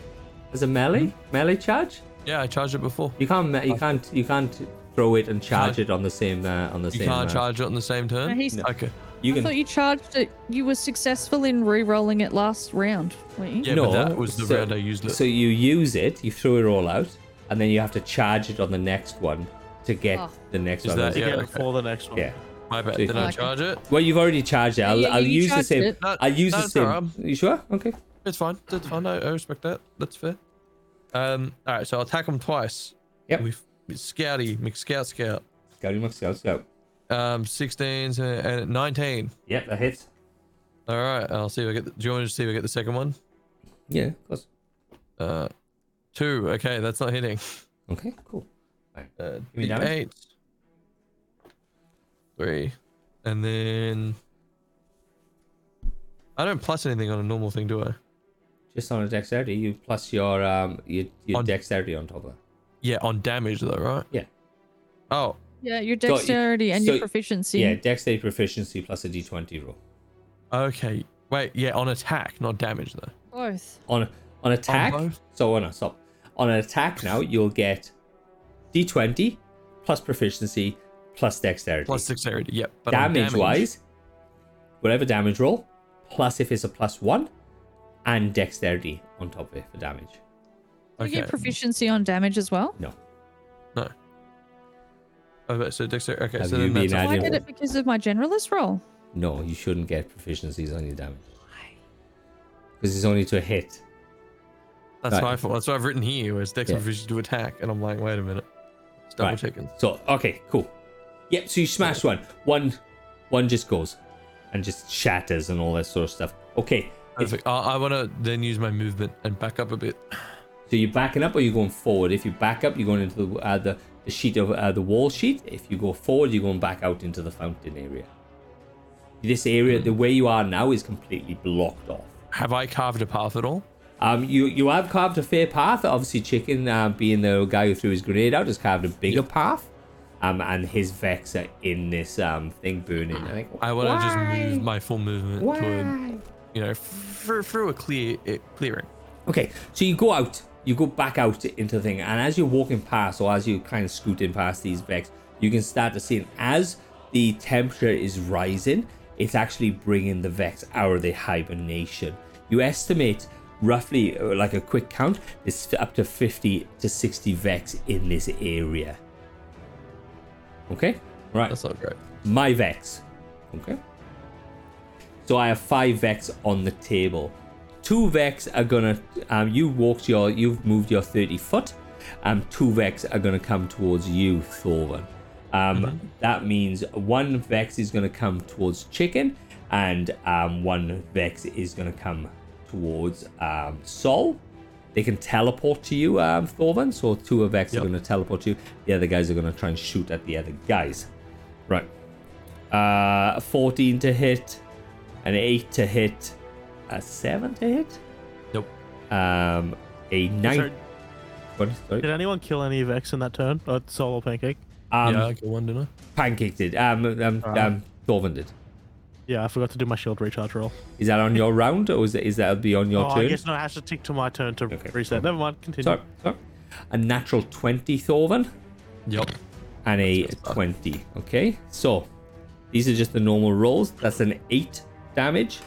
as a melee
Hmm?
melee charge?
Yeah, I charged it before.
You can't me- you can't you can't throw it and charge
I-
it on the same uh, on the
You
same.
can't
uh,
charge it on the same turn.
No, he's- No.
Okay.
You
I
can.
thought you charged it. You were successful in re-rolling it last round, weren't you?
Yeah,
no,
but that was the
so,
round I used it.
So you use it, you throw it all out, and then you have to charge it on the next one to get
Oh.
the next
Is
one.
that-
To
Yeah,
get
okay.
before the next one.
yeah.
My bad.
so-
Did I
Okay.
charge it?
Well, you've already charged it. I'll,
yeah,
I'll
you
use the
charged
same.
it.
No,
I'll use
no,
the
it's all
same.
right.
You sure? Okay.
It's fine. That's fine. I, I respect that. That's fair. Um. All right. So I'll attack him twice.
Yep.
With Scouty, McScout Scout.
Scouty Max, Scout, Scout.
Um, 16 and 19.
Yep, that hits.
All right. I'll see if I get. The, do you want to see if I get the second one?
Yeah, of course.
Uh, two. Okay, that's not hitting.
Okay, cool. Right.
Uh,
me damage.
eight. Three, and then I don't plus anything on a normal thing, do I?
Just on a dexterity, you plus your um your, your
On-
dexterity on top of that.
Yeah, on damage though, right?
Yeah.
Oh,
Yeah, your
you-
dexterity and your
so-
proficiency.
Yeah, dexterity proficiency plus a d20 roll.
okay. Wait, yeah, on attack, not damage though.
Both.
On on attack,
both?
so on a stop. On an attack now, you'll get d20 plus proficiency plus dexterity.
Plus dexterity. Yep. But on
damage wise, whatever damage roll, plus if it's a plus one, and dexterity on top of it for damage.
Do you get
Okay.
proficiency on damage as well?
No,
no. Okay, so dexterity. Okay,
Have
so
you
then
been
that's a
I
I
didn't-
did it because of my generalist roll.
no, you shouldn't get proficiencies on your damage because it's only to hit.
That's
Right.
my fault. That's what I've written here. Was Dex
Yeah.
and proficiency to attack, and I'm like, wait a minute, it's double
Right.
checking.
So okay, cool. Yep. So you smash one. One, one just goes, and just shatters and all that sort of stuff. Okay. if-
Perfect. I, want to then use my movement and back up a bit.
so you're backing up or you're going forward. If you back up, you're going into the uh, the, the sheet of uh, the wall sheet. If you go forward, you're going back out into the fountain area. This area, the way you are now, is completely blocked off.
Have I carved a path at all?
Um, you you have carved a fair path. Obviously, Chicken, uh, being the guy who threw his grenade out, has carved a bigger path. Um, and his vex are in this um thing burning. I think.
I want to just move my full movement toward, you know, through, through a clear it, clearing.
Okay, so you go out, you go back out into the thing, and as you're walking past, or as you kind of scooting past these Vex, you can start to see, and as the temperature is rising, it's actually bringing the Vex out of their hibernation. You estimate roughly, uh, like a quick count, it's up to 50 to 60 Vex in this area. Okay, right
That's not great.
my vex. Okay. So I have five vex on the table. Two vex are gonna. Um, you walked your. You've moved your thirty foot. Um, two vex are gonna come towards you, Thorvan. Um, that means one vex is gonna come towards Chicken, and um, one vex is gonna come towards um, Sol. They can teleport to you, um, Thorvan. So two of Vex
Yep.
are gonna teleport to you. The other guys are gonna try and shoot at the other guys. Right. Uh, 14 to hit, an 8 to hit, a 7 to hit,
Nope.
um, a 9.
Sorry,
what,
did
sorry.
anyone kill any Vex in that turn? Uh, solo pancake.
Um,
yeah, I got one, didn't I?
Uh-huh.
Pancake did. Um, um, um, Dorvin did.
Yeah, I forgot to do my shield recharge roll.
Is that on your round, or is that is that be on your
Oh,
turn?
I guess no, it has to tick to my turn to
Okay.
reset. Never mind, continue.
Sorry, sorry. A natural twenty, Thorvan,
Yep.
and a twenty. Okay, so these are just the normal rolls. That's an eight damage.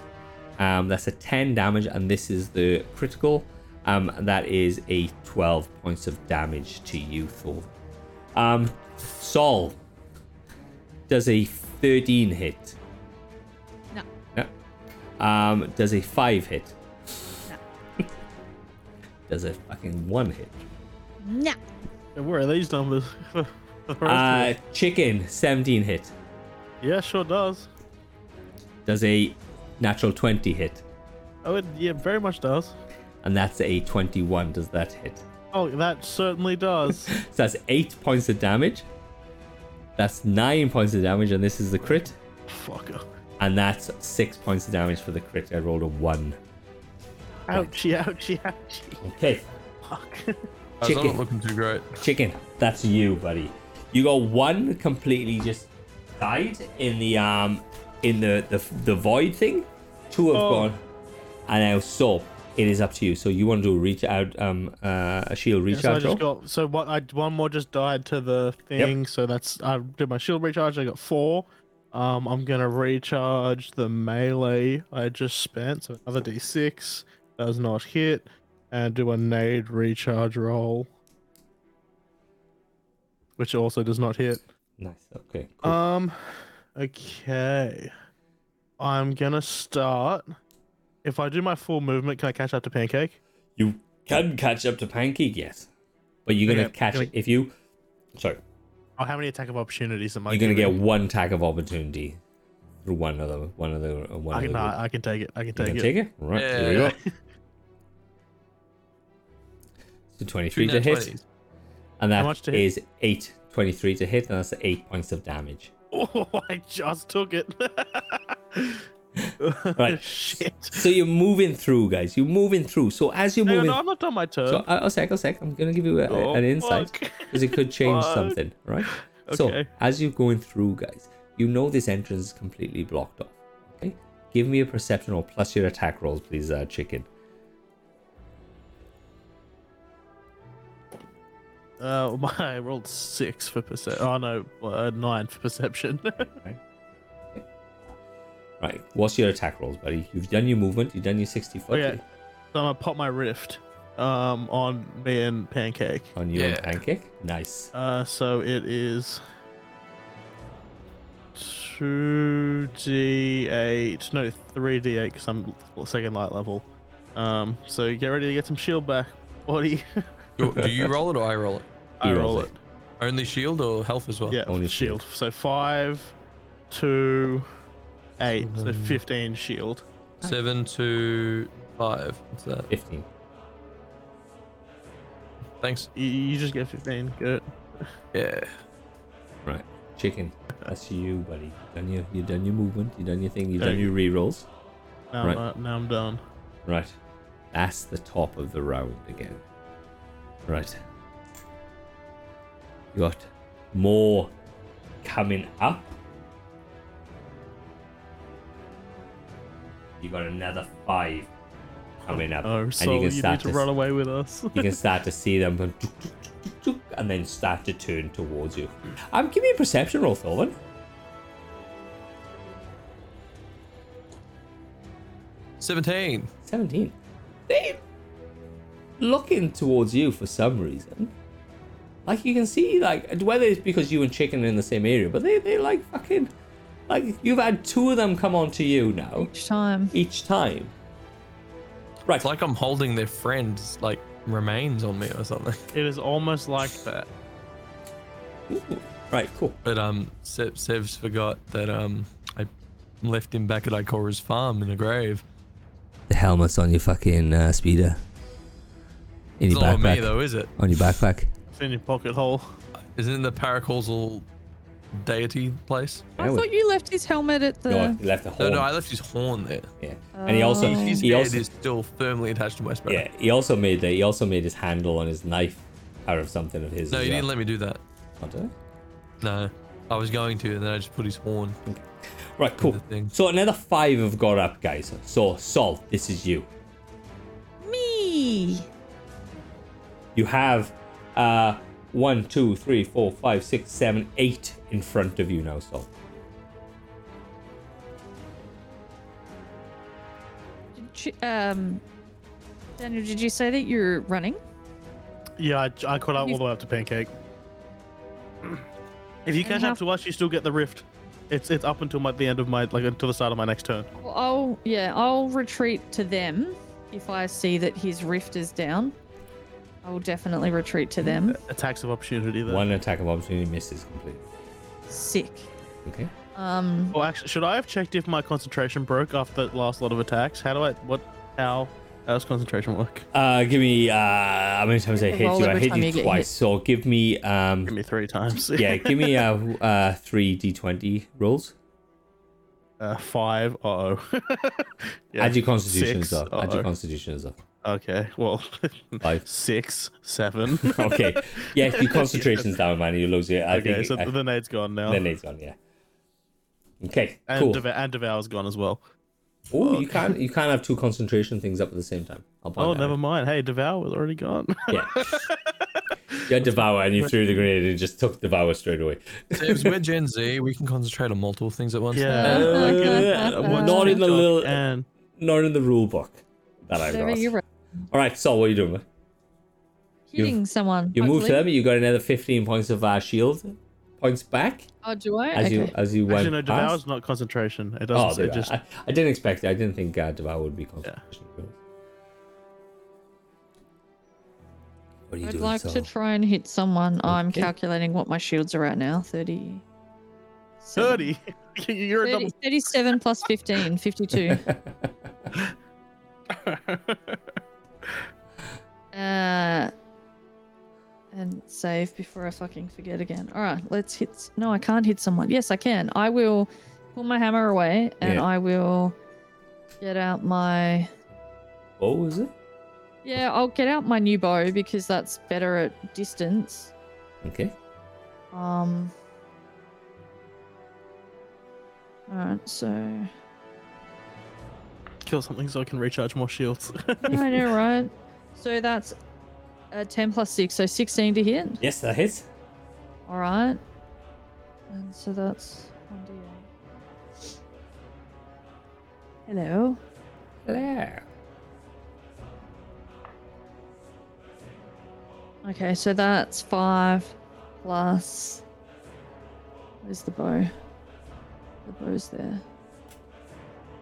Um, that's a ten damage, and this is the critical. Um, that is a twelve points of damage to you, Thorvan. Um, Sol does a thirteen hit.
No.
Yeah. Um, does a five hit.
No.
does a fucking one hit.
Nah.
Yeah, Where are these numbers? The rest of
Uh,
it.
chicken, 17 hit.
yeah, sure does.
Does a natural 20 hit.
Oh, it, yeah, very much does.
And that's a 21. Does that hit?
Oh, that certainly does.
So that's 8 points of damage. That's 9 points of damage. And this is the crit.
Fucker.
And that's 6 points of damage for the crit. I rolled a 1.
Ouchie, ouchie, ouchie.
Okay.
Fuck.
That's not
Chicken.
looking too great.
Chicken, that's you, buddy. You got one completely just died in the um in the the, the void thing. Two have
Oh.
gone, and now so it is up to you. So you want to do a reach out um uh, a shield recharge
So I
roll?
just got so what I one more just died to the
Yep.
thing, so that's I did my shield recharge. I got four. Um, I'm gonna recharge the melee I just spent, so another d6 does not hit, and do a nade recharge roll, which also does not hit.
Nice. Okay. Cool.
Um, okay, I'm gonna start. If I do my full movement, can I catch up to Pancake?
you can catch up to Pancake, yes, but you're gonna
Okay,
catch
can I-
it if you. Sorry,
Oh, how many attack of opportunities am I?
you're gonna
given?
get one tag of opportunity through one other one other uh, one
I
other. group.
can, nah, I can take it. I can
You
take
can
it.
take it. All right. There we
Yeah.
go. So 23 to
nat
hit.
20s.
And that is
much to hit?
8, 23 to hit, and that's 8 points of damage.
Oh, I just took it.
Right.
Shit.
So you're moving through, guys. You're moving through. So as you're
Hang on,
moving.
no, I'm not done my turn.
so, uh, a sec, a sec. I'm going to give you a,
Oh,
an insight
fuck.
because it could change
Fuck.
something, right? So
Okay.
as you're going through, guys, you know this entrance is completely blocked off. Okay. Give me a perception roll plus your attack rolls, please, uh, chicken.
Uh, my, I rolled six for perception. Oh no, uh, nine for perception.
Right. What's your attack rolls, buddy? You've done your movement. You've done your 60 foot
Okay. so I'm gonna pop my rift, um, on me and Pancake.
on you and
Yeah.
Pancake. Nice.
Uh, so it is two d eight, no three d eight, because I'm second light level. Um, so get ready to get some shield back, buddy.
Do, do you roll it or I roll it?
I
He rolls
roll
it.
it.
Only shield or health as well?
Yeah,
Only
shield. So five, two, eight. So fifteen shield.
Seven to five. What's that?
15.
Thanks.
You, you just get fifteen. Good.
Yeah.
Right. Chicken. That's you, buddy. Done your you done your movement, you done your thing, you've
Okay.
done your rerolls.
Now,
Right.
I'm, uh, now I'm done.
Right. That's the top of the round again. Right. You got more coming up. You got another five coming up.
Oh, so you, need to
s-
run away with us.
you can start to see them going tuk, tuk, tuk, tuk, tuk, and then start to turn towards you. Um, give me a perception roll, Thorvin.
Seventeen.
17. They looking towards you for some reason. Like you can see, like whether it's because you and Chicken are in the same area, but they they like fucking like you've had two of them come onto you now
Each time.
each time. Right.
It's like I'm holding their friend's like remains on me or something.
it is almost like that.
Ooh. Right. Cool.
But um, Se- Sev's forgot that um, I left him back at Ikora's farm in a grave.
The helmet's on your fucking uh, speeder. In
It's not on me though, is it?
On your backpack.
It's in your pocket hole.
Isn't it the paracausal deity place?
I thought you left his helmet at the.
No, he left the
No,
horn.
no, I left his horn there.
yeah. And he also
Oh.
His
he
head
also
is still firmly attached to my spreader.
yeah he also made the, he also made his handle on his knife out of something of his.
No,
as
you
well.
didn't let me do that.
Oh, did I?
No. I was going to, and then I just put his horn.
Right, cool.
thing.
So another five have got up, guys. So Sol, this is you.
Me.
You have uh one, two, three, four, five, six, seven, eight in front of you now, Sol.
Did you- um, Daniel, did you say that you're running?
Yeah, I, I caught up all the way up to Pancake. If you catch
how-
up to us, you still get the rift. It's it's up until my, the end of my like until the start of my next turn.
Well, I'll yeah, I'll retreat to them if I see that his rift is down. I will definitely retreat to them.
Attacks of opportunity there.
One attack of opportunity misses completely.
Sick.
Okay.
Um,
Well, actually, should I have checked if my concentration broke after that last lot of attacks? How do I what how how does concentration work?
Uh give me uh how many times I hit
Roll
you? I
every
hit
time you
you
get
twice.
hit.
So give me um
Give me three times.
yeah, give me uh uh three D twenty rolls.
Uh, five. Uh oh. yeah.
Add your constitution
Six.
as well. Add your
Uh-oh.
constitution as well.
Okay. Well,
Five.
six, seven.
Okay. Yeah, your concentration's down, man. You lose it. I
okay,
think
so
I-
the nade's gone
Oh.
now.
then it's gone, yeah. Okay,
and
cool.
Dev- and Devour's gone as well.
Oh, you can't you can't have two concentration things up at the same time. I'll point
Oh,
that
never
out.
mind. Hey, Devour was already gone.
Yeah. you had devour and you threw the grenade and just took devour straight away.
Sebs, we're Gen Z. We can concentrate on multiple things at once.
Yeah.
Uh, not in the little,
and
not in the rule book that I've
Trevor,
got.
you're right.
All right, so what are you doing? man?
hitting someone.
You move to
hopefully.
them. You got another fifteen points of uh, shield points back
Oh, do I?
as
okay.
you as you went
actually, no,
past.
Devour's not concentration. It
Oh,
doesn't.
there
it
you
just
are. I, I didn't expect it. I didn't think uh, devour would be concentration. What are you
I'd
doing?
like to
Sol?
try and hit someone. I'm
Okay.
calculating what my shields are at now. 30.
30. You're a
30
double.
37 plus 15, 52. Uh, and save before I fucking forget again. All right, let's hit. s- No, I can't hit someone. Yes, I can. I will pull my hammer away and
Yeah.
I will get out my.
What was Oh, it?
Yeah, I'll get out my new bow because that's better at distance.
Okay.
Um. All right, so no,
Kill something so I can recharge more shields.
I know, right? So that's a ten plus six, so sixteen to hit.
Yes, that hits.
All right. And so that's 1d8. Hello.
Hello.
Okay, so that's 5 plus. Where's the bow? The bow's there.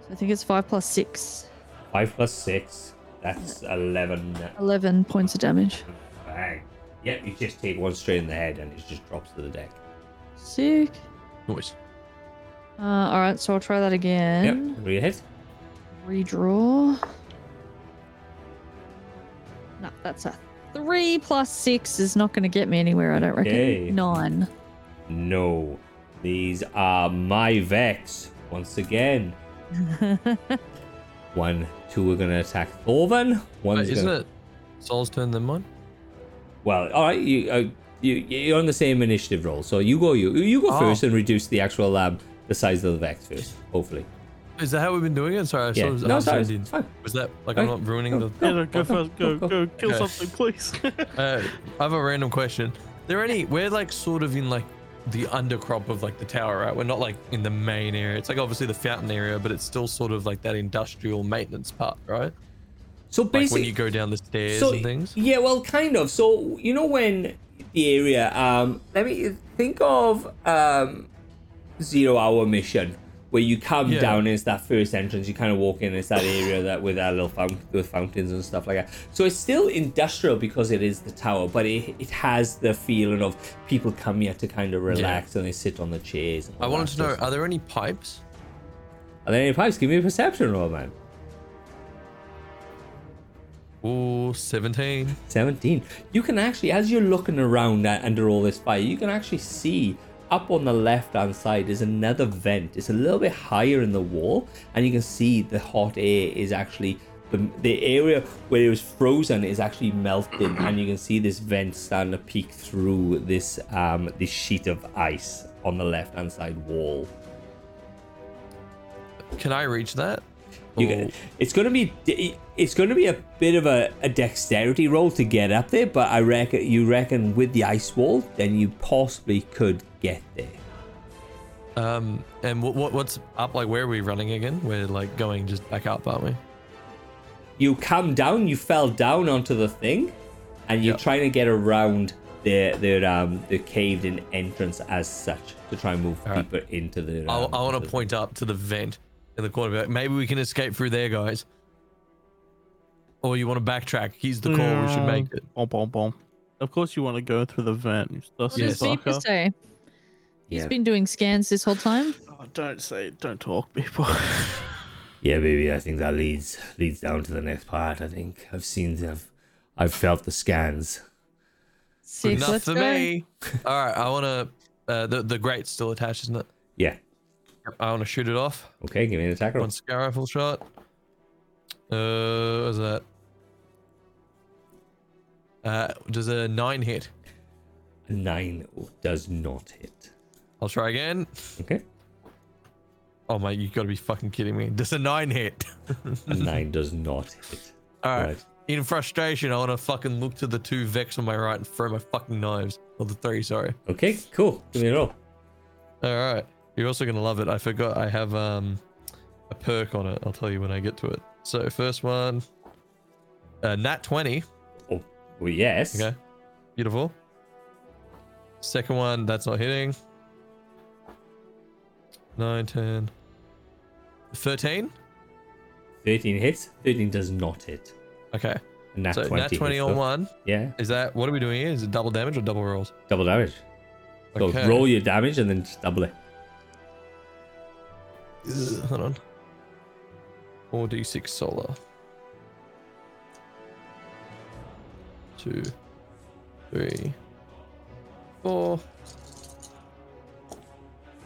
So I think it's 5 plus 6.
Five plus six. That's eleven.
11 points of damage.
Bang. Yep, you just take one straight in the head and it just drops to the deck.
Sick.
Noise.
Uh, Alright, so I'll try that
Yep.
again.
Three hits.
Redraw. No, that's a three plus six is not going to get me anywhere. I don't reckon.
Okay.
Nine.
No. These are my Vex. Once again. One, two are gonna attack Thorvan. One's
Wait, isn't
gonna...
it Sol's turn then mine?
Well, all right, you, uh, you you're on the same initiative roll, so you go you you go
Oh.
first and reduce the actual um the size of the Vex first, hopefully.
Is that how we've been doing it? Sorry, I
Yeah.
saw it was
no,
I
sorry,
zoomed in.
it's fine.
Was that like I'm not ruining the?
Yeah, no, go first. Go,
go,
go,
go.
Kill
Okay.
something, please.
Uh, I have a random question. There any? We're like sort of in like the undercrop of like the tower, right? We're not like in the main area. It's like obviously the fountain area, but it's still sort of like that industrial maintenance part, right?
So
Like
basically,
when you go down the stairs and things.
Yeah, well, kind of. So you know when the area. Um, let me think of um, zero hour mission where you come
Yeah.
down. and It's that first entrance. You kind of walk in. It's that area that with that little fount- with fountains and stuff like that. So it's still industrial because it is the tower, but it, it has the feeling of people come here to kind of relax and they sit on the chairs. And
I
all
wanted
that
to know: uh
stuff.
Are there any pipes?
Are there any pipes? Give me a perception roll, man.
Ooh, 17.
17. You can actually, as you're looking around uh, under all this fire, you can actually see up on the left hand side is another vent. It's a little bit higher in the wall, and you can see the hot air is actually the, the area where it was frozen is actually melting, and you can see this vent starting to peek through this um this sheet of ice on the left hand side wall.
Can I reach that?
You
Or-
get, it's gonna be it's gonna be a bit of a, a dexterity roll to get up there, but I reckon you reckon with the ice wall, then you possibly could get there.
Um, and what, what what's up? Like, where are we running again? We're like going just back up, aren't we?
You come down, you fell down onto the thing, and you're
Yep.
trying to get around their their um the caved in entrance as such to try and move
Alright.
deeper into the.
I,
um,
I want
the-
to point up to the vent in the corner. be Like, Maybe we can escape through there, guys. Or you want to backtrack? He's the call. We
Mm.
should make it.
Bom, bom, bom. Of course, you want to go through the vent. You
What
dusty
does
Yes.
fucker.
Zeeper say? He's
Yeah.
been doing scans this whole time.
Oh, don't say, don't talk, people.
Yeah, baby, I think that leads leads down to the next part. I think I've seen I've I've felt the scans.
Six.
Enough
let's
for
go.
me. All right, I want to. Uh, the the grate's still attached, isn't it?
Yeah.
I want to shoot it off.
Okay, give me an attack roll.
One scar rifle shot. Uh, what's that? Uh, does a nine hit?
Nine does not hit.
I'll try again.
Okay.
Oh my, you gotta be fucking kidding me. Does a nine hit?
A nine does not hit.
All right.
Right.
In frustration, I want to fucking look to the two Vex on my right and throw my fucking knives. Or the three, sorry.
Okay, cool. Give me a roll.
All right. You're also going to love it. I forgot I have um, a perk on it. I'll tell you when I get to it. So, first one, uh, nat 20.
Oh, well, yes.
Okay. Beautiful. Second one, that's not hitting. 9, 10, 13.
13 hits. 13 does not hit.
Okay.
And nat
so,
20
nat 20
hits,
on
though.
one.
Yeah,
Is that, what are we doing here? Is it double damage or double rolls?
double damage. So roll your damage and then just double it.
Ugh, Hold on. 4d6 solar. 2, 3, 4.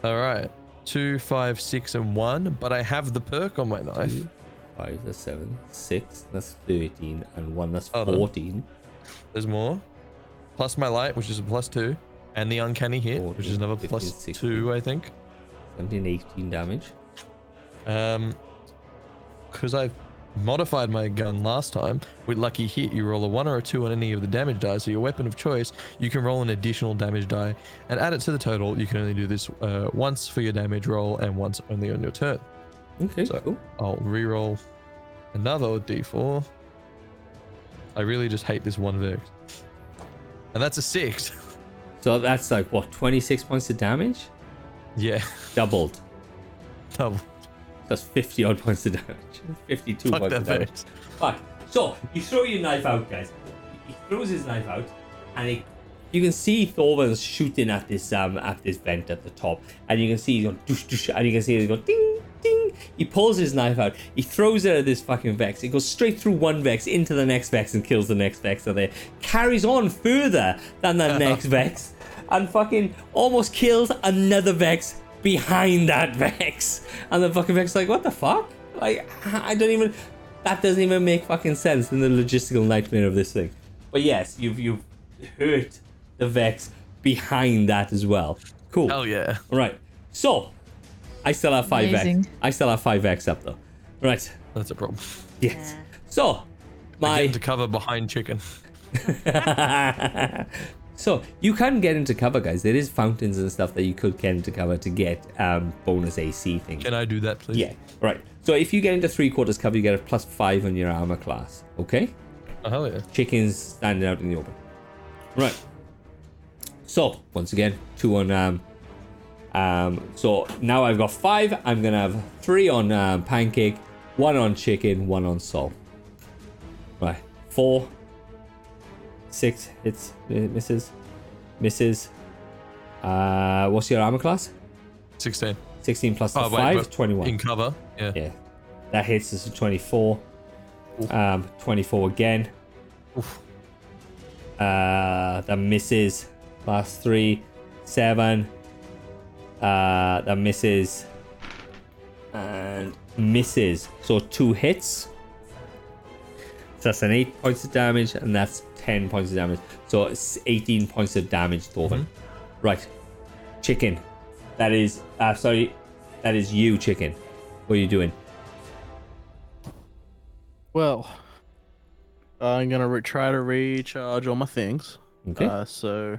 Alright. 2, 5, 6, and 1. But I have the perk on my knife.
5, that's 7, 6, that's 13, and 1, that's
Hold on.
14.
There's more. Plus my light, which is a plus 2. And the uncanny hit, which
14,
is another
15,
plus
16.
2, I think.
17, 18 damage.
Um, because I modified my gun last time with lucky hit, you roll a one or a two on any of the damage die. So your weapon of choice, you can roll an additional damage die and add it to the total. You can only do this uh, once for your damage roll and once only on your turn.
Okay,
So-
cool.
I'll re-roll another d4. I really just hate this one Vex. And that's a six.
So that's like, what, 26 points of damage?
yeah, Oh,
Doubled.
double.
That's 50 odd points of damage. 52
Fuck
points
that
of damage.
Vex.
Fuck. So you throw your knife out, guys. He throws his knife out, and he, you can see Thorvan's shooting at this um at this vent at the top, and you can see he's going doosh doosh, and you can see he's going ding ding. He pulls his knife out. He throws it at this fucking vex. It goes straight through one vex into the next vex and kills the next vex. And there carries on further than the next vex, and fucking almost kills another vex behind that vex. And the fucking vex is like, what the fuck? Like I don't even. That doesn't even make fucking sense in the logistical nightmare of this thing. But yes, you've you've hurt the Vex behind that as well. Cool.
Hell yeah.
Right. So I still have five
Amazing.
Vex. I still have five Vex up though. Right.
That's a problem.
Yes. So my
Get to cover behind chicken.
so you can get into cover, guys. There is fountains and stuff that you could get into cover to get um, bonus AC things.
Can I do that, please?
Yeah. Right. So if you get into three quarters cover, you get a plus five on your armor class. Okay.
Oh, hell yeah.
chickens standing out in the open. Right. So once again, two on um, um. So now I've got five. I'm gonna have three on um, pancake, one on chicken, one on salt. Right. Four. Six hits, uh, misses, misses. Uh, what's your armor class?
16.
Sixteen plus the
Oh, wait,
five,
but
twenty-one.
In cover. Yeah.
yeah, that hits us at twenty-four. Um, twenty-four again.
Oof.
Uh, that misses. Last three, seven. Uh, that misses. And misses. So two hits. So that's an eight points of damage, and that's ten points of damage. So it's eighteen points of damage, Thorfinn. Right, chicken. That is, uh, sorry, that is you, chicken. What are you doing?
Well, I'm gonna re- try to recharge all my things.
Okay.
Uh, so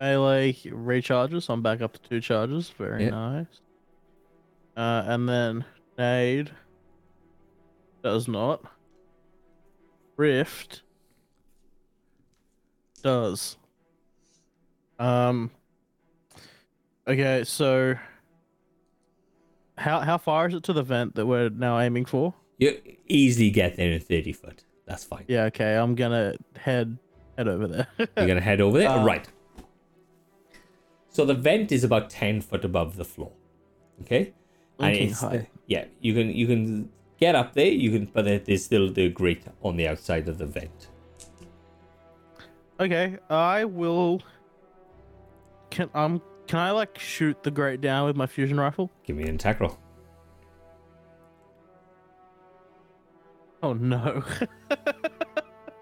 melee recharges. I'm back up to two charges. Very
Yeah.
nice. Uh, and then nade does not. Rift does. Um. Okay, so how how far is it to the vent that we're now aiming for?
you easily get there in 30 foot. That's fine.
Yeah. Okay, I'm gonna head head over there.
You're gonna head over there,
Uh,
right? So the vent is about ten foot above the floor. Okay, and
Blinking
it's
high.
yeah, you can you can get up there. You can, but there- there's still the grate on the outside of the vent.
Okay, I will. Can um can I like shoot the grate down with my fusion rifle?
Give me an attack roll.
Oh no!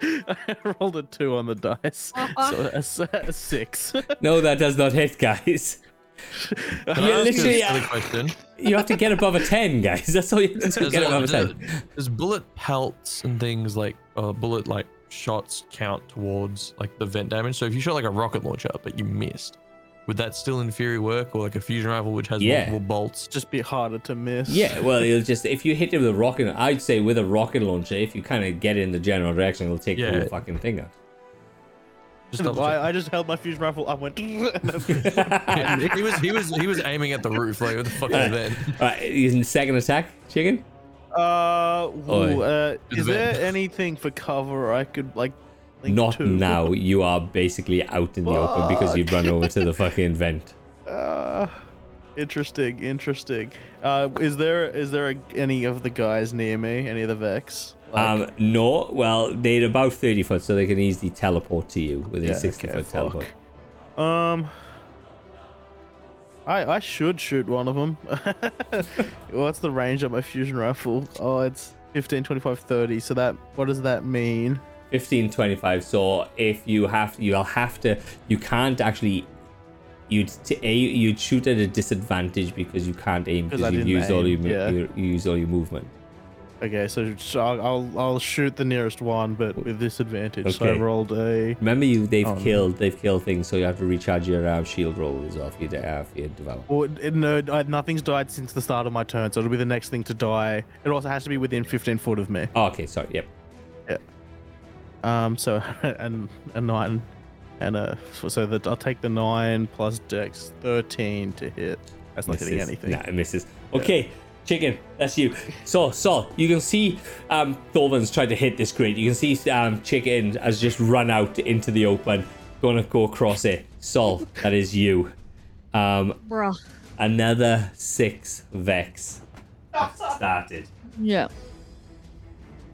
I rolled a two on the dice, so a s- a six.
No, that does not hit, guys.
Can I
Yeah,
ask
literally,
a silly question?
You have to get above a ten, guys. That's all you have to do,
Does,
get above a
does,
ten.
does bullet pelts and things like uh, bullet like shots count towards like the vent damage? So if you shot like a rocket launcher but you missed, would that still in theory work? Or like a fusion rifle which has
Yeah.
multiple bolts?
Just be harder to miss.
Yeah, well, it'll just if you hit it with a rocket, I'd say with a rocket launcher, if you kind of get it in the general direction, it'll take the
Yeah.
whole fucking thing out.
Just double check.
I, I just held my fusion rifle up, went.
Yeah, he was he was he was aiming at the roof like what the fuck is
Alright.
a vent?
All right, in second attack, chicken.
uh, woo,
Oi.
uh,
Good
is
bit.
there anything for cover I could like? link
Not
to?
now. You are basically out in the open because you've run over to the fucking vent.
Uh, interesting, interesting. Uh, is there is there a, any of the guys near me? Any of the Vex? Like,
Um, no. Well, they're about thirty foot, so they can easily teleport to you within
Yeah,
sixty
okay,
foot teleport.
um, I I should shoot one of them. What's the range of my fusion rifle? Oh, it's 15, 25, 30. So that what does that mean?
15, 25. So if you have, you'll have to. You can't actually. You'd t- a, you'd shoot at a disadvantage because you can't aim
'Cause
because
I
you
didn't
use all
aim,
your, mo-
yeah.
your you use all your movement.
Okay, so, so I'll, I'll I'll shoot the nearest one, but with disadvantage. So I
Okay.
rolled a.
Remember, you they've
Oh, no.
killed they've killed things, so you have to recharge your uh, shield roll as well for your, uh, for your develop.
Well, oh, it- no, I- nothing's died since the start of my turn, so it'll be the next thing to die. It also has to be within 15 foot of me.
Oh, okay, sorry. Yep.
Um, so and a nine, and a so that I'll take the nine plus Dex thirteen to hit. That's not hitting
misses.
anything.
Nah, it misses. Okay, chicken, that's you. So, Sol, you can see um, Thorvan's trying to hit this grate. You can see um, chicken has just run out into the open, gonna go across it. Sol, that is you. Um,
Bruh.
another six vex have started.
Yeah.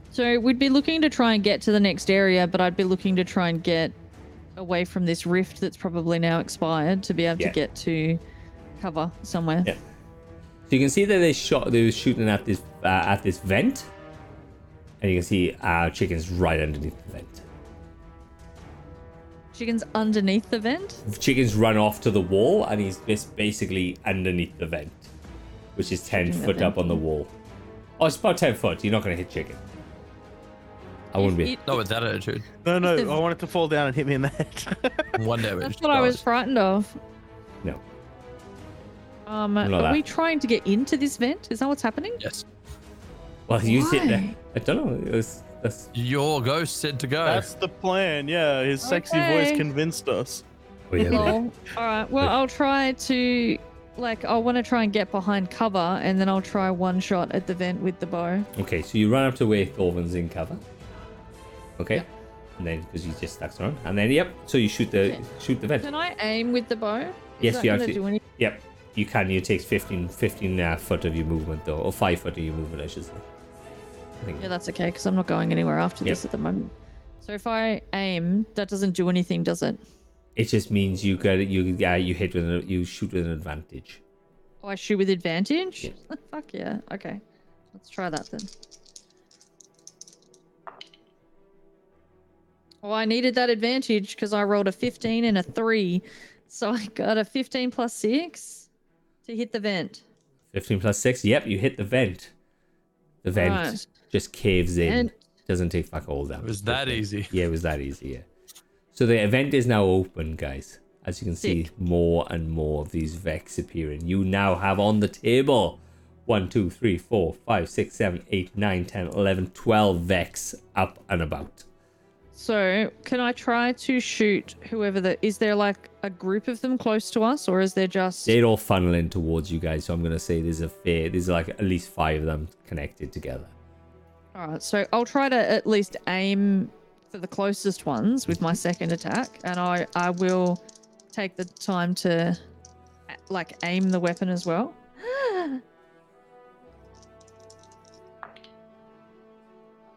So we'd be looking to try and get to the next area, but I'd be looking to try and get away from this rift that's probably now expired to be able
Yeah.
to get to cover somewhere.
Yeah. So you can see that they shot. They were shooting at this uh, at this vent, and you can see uh, chicken's right underneath the vent.
Chicken's underneath the vent.
chicken's run off to the wall and he's just basically underneath the vent, which is 10
Shooting the
foot up
vent.
on the wall. Oh, it's about 10 foot. You're not going to hit chicken. I wouldn't be.
It-
Not with that attitude.
No, no,
It's the-
I want it to fall down and hit me in the head.
One damage.
that's what I was
Nice.
frightened of.
No.
Um,
Not
are
that.
we trying to get into this vent? Is that what's happening?
Yes.
Well, you sit there.
Why?
I don't know. It was, that's,
Your ghost said to
Oh.
go.
That's the plan. Yeah, his sexy
Okay.
voice convinced us.
oh, yeah, yeah.
Lol. All right. Well, I'll try to, like, I want to try and get behind cover, and then I'll try one shot at the vent with the bow.
Okay, so you run up to where Thorvan's in cover. Okay. And then, because you just stacks around. And then, yep. So you shoot the
Okay.
shoot the vent.
Can I aim with the bow? Is
Yes,
that
you
gonna
actually-
do any-
Yep. You can. You take 15, 15 uh, foot of your movement, though. Or 5 foot of your movement, I should say. I think.
Yeah, that's okay because I'm not going anywhere after
Yep.
this at the moment. So if I aim, that doesn't do anything, does it?
It just means you get you uh, you hit with an, you shoot with an advantage.
Oh, I shoot with advantage.
Yes.
Fuck yeah. Okay, let's try that then. Oh, I needed that advantage because I rolled a 15 and a three, So I got a 15 plus 6 to hit the vent.
15 plus 6. Yep, you hit the vent. The vent
Right.
just caves in.
And-
Doesn't take fuck all damage.
It was that
Okay.
easy.
Yeah, it was that easy, yeah. So the event is now open, guys. As you can see, more and more of these Vex appearing. You now have on the table 1, 2, 3, 4, 5, 6, 7, 8, 9, 10, 11, 12 Vex up and about.
So can I try to shoot whoever that is there like a group of them close to us or is there just
They're all funneling towards you guys, so I'm going to say there's a fair, there's like at least five of them connected together.
All right, so I'll try to at least aim for the closest ones with my second attack, and I I will take the time to a- like aim the weapon as well.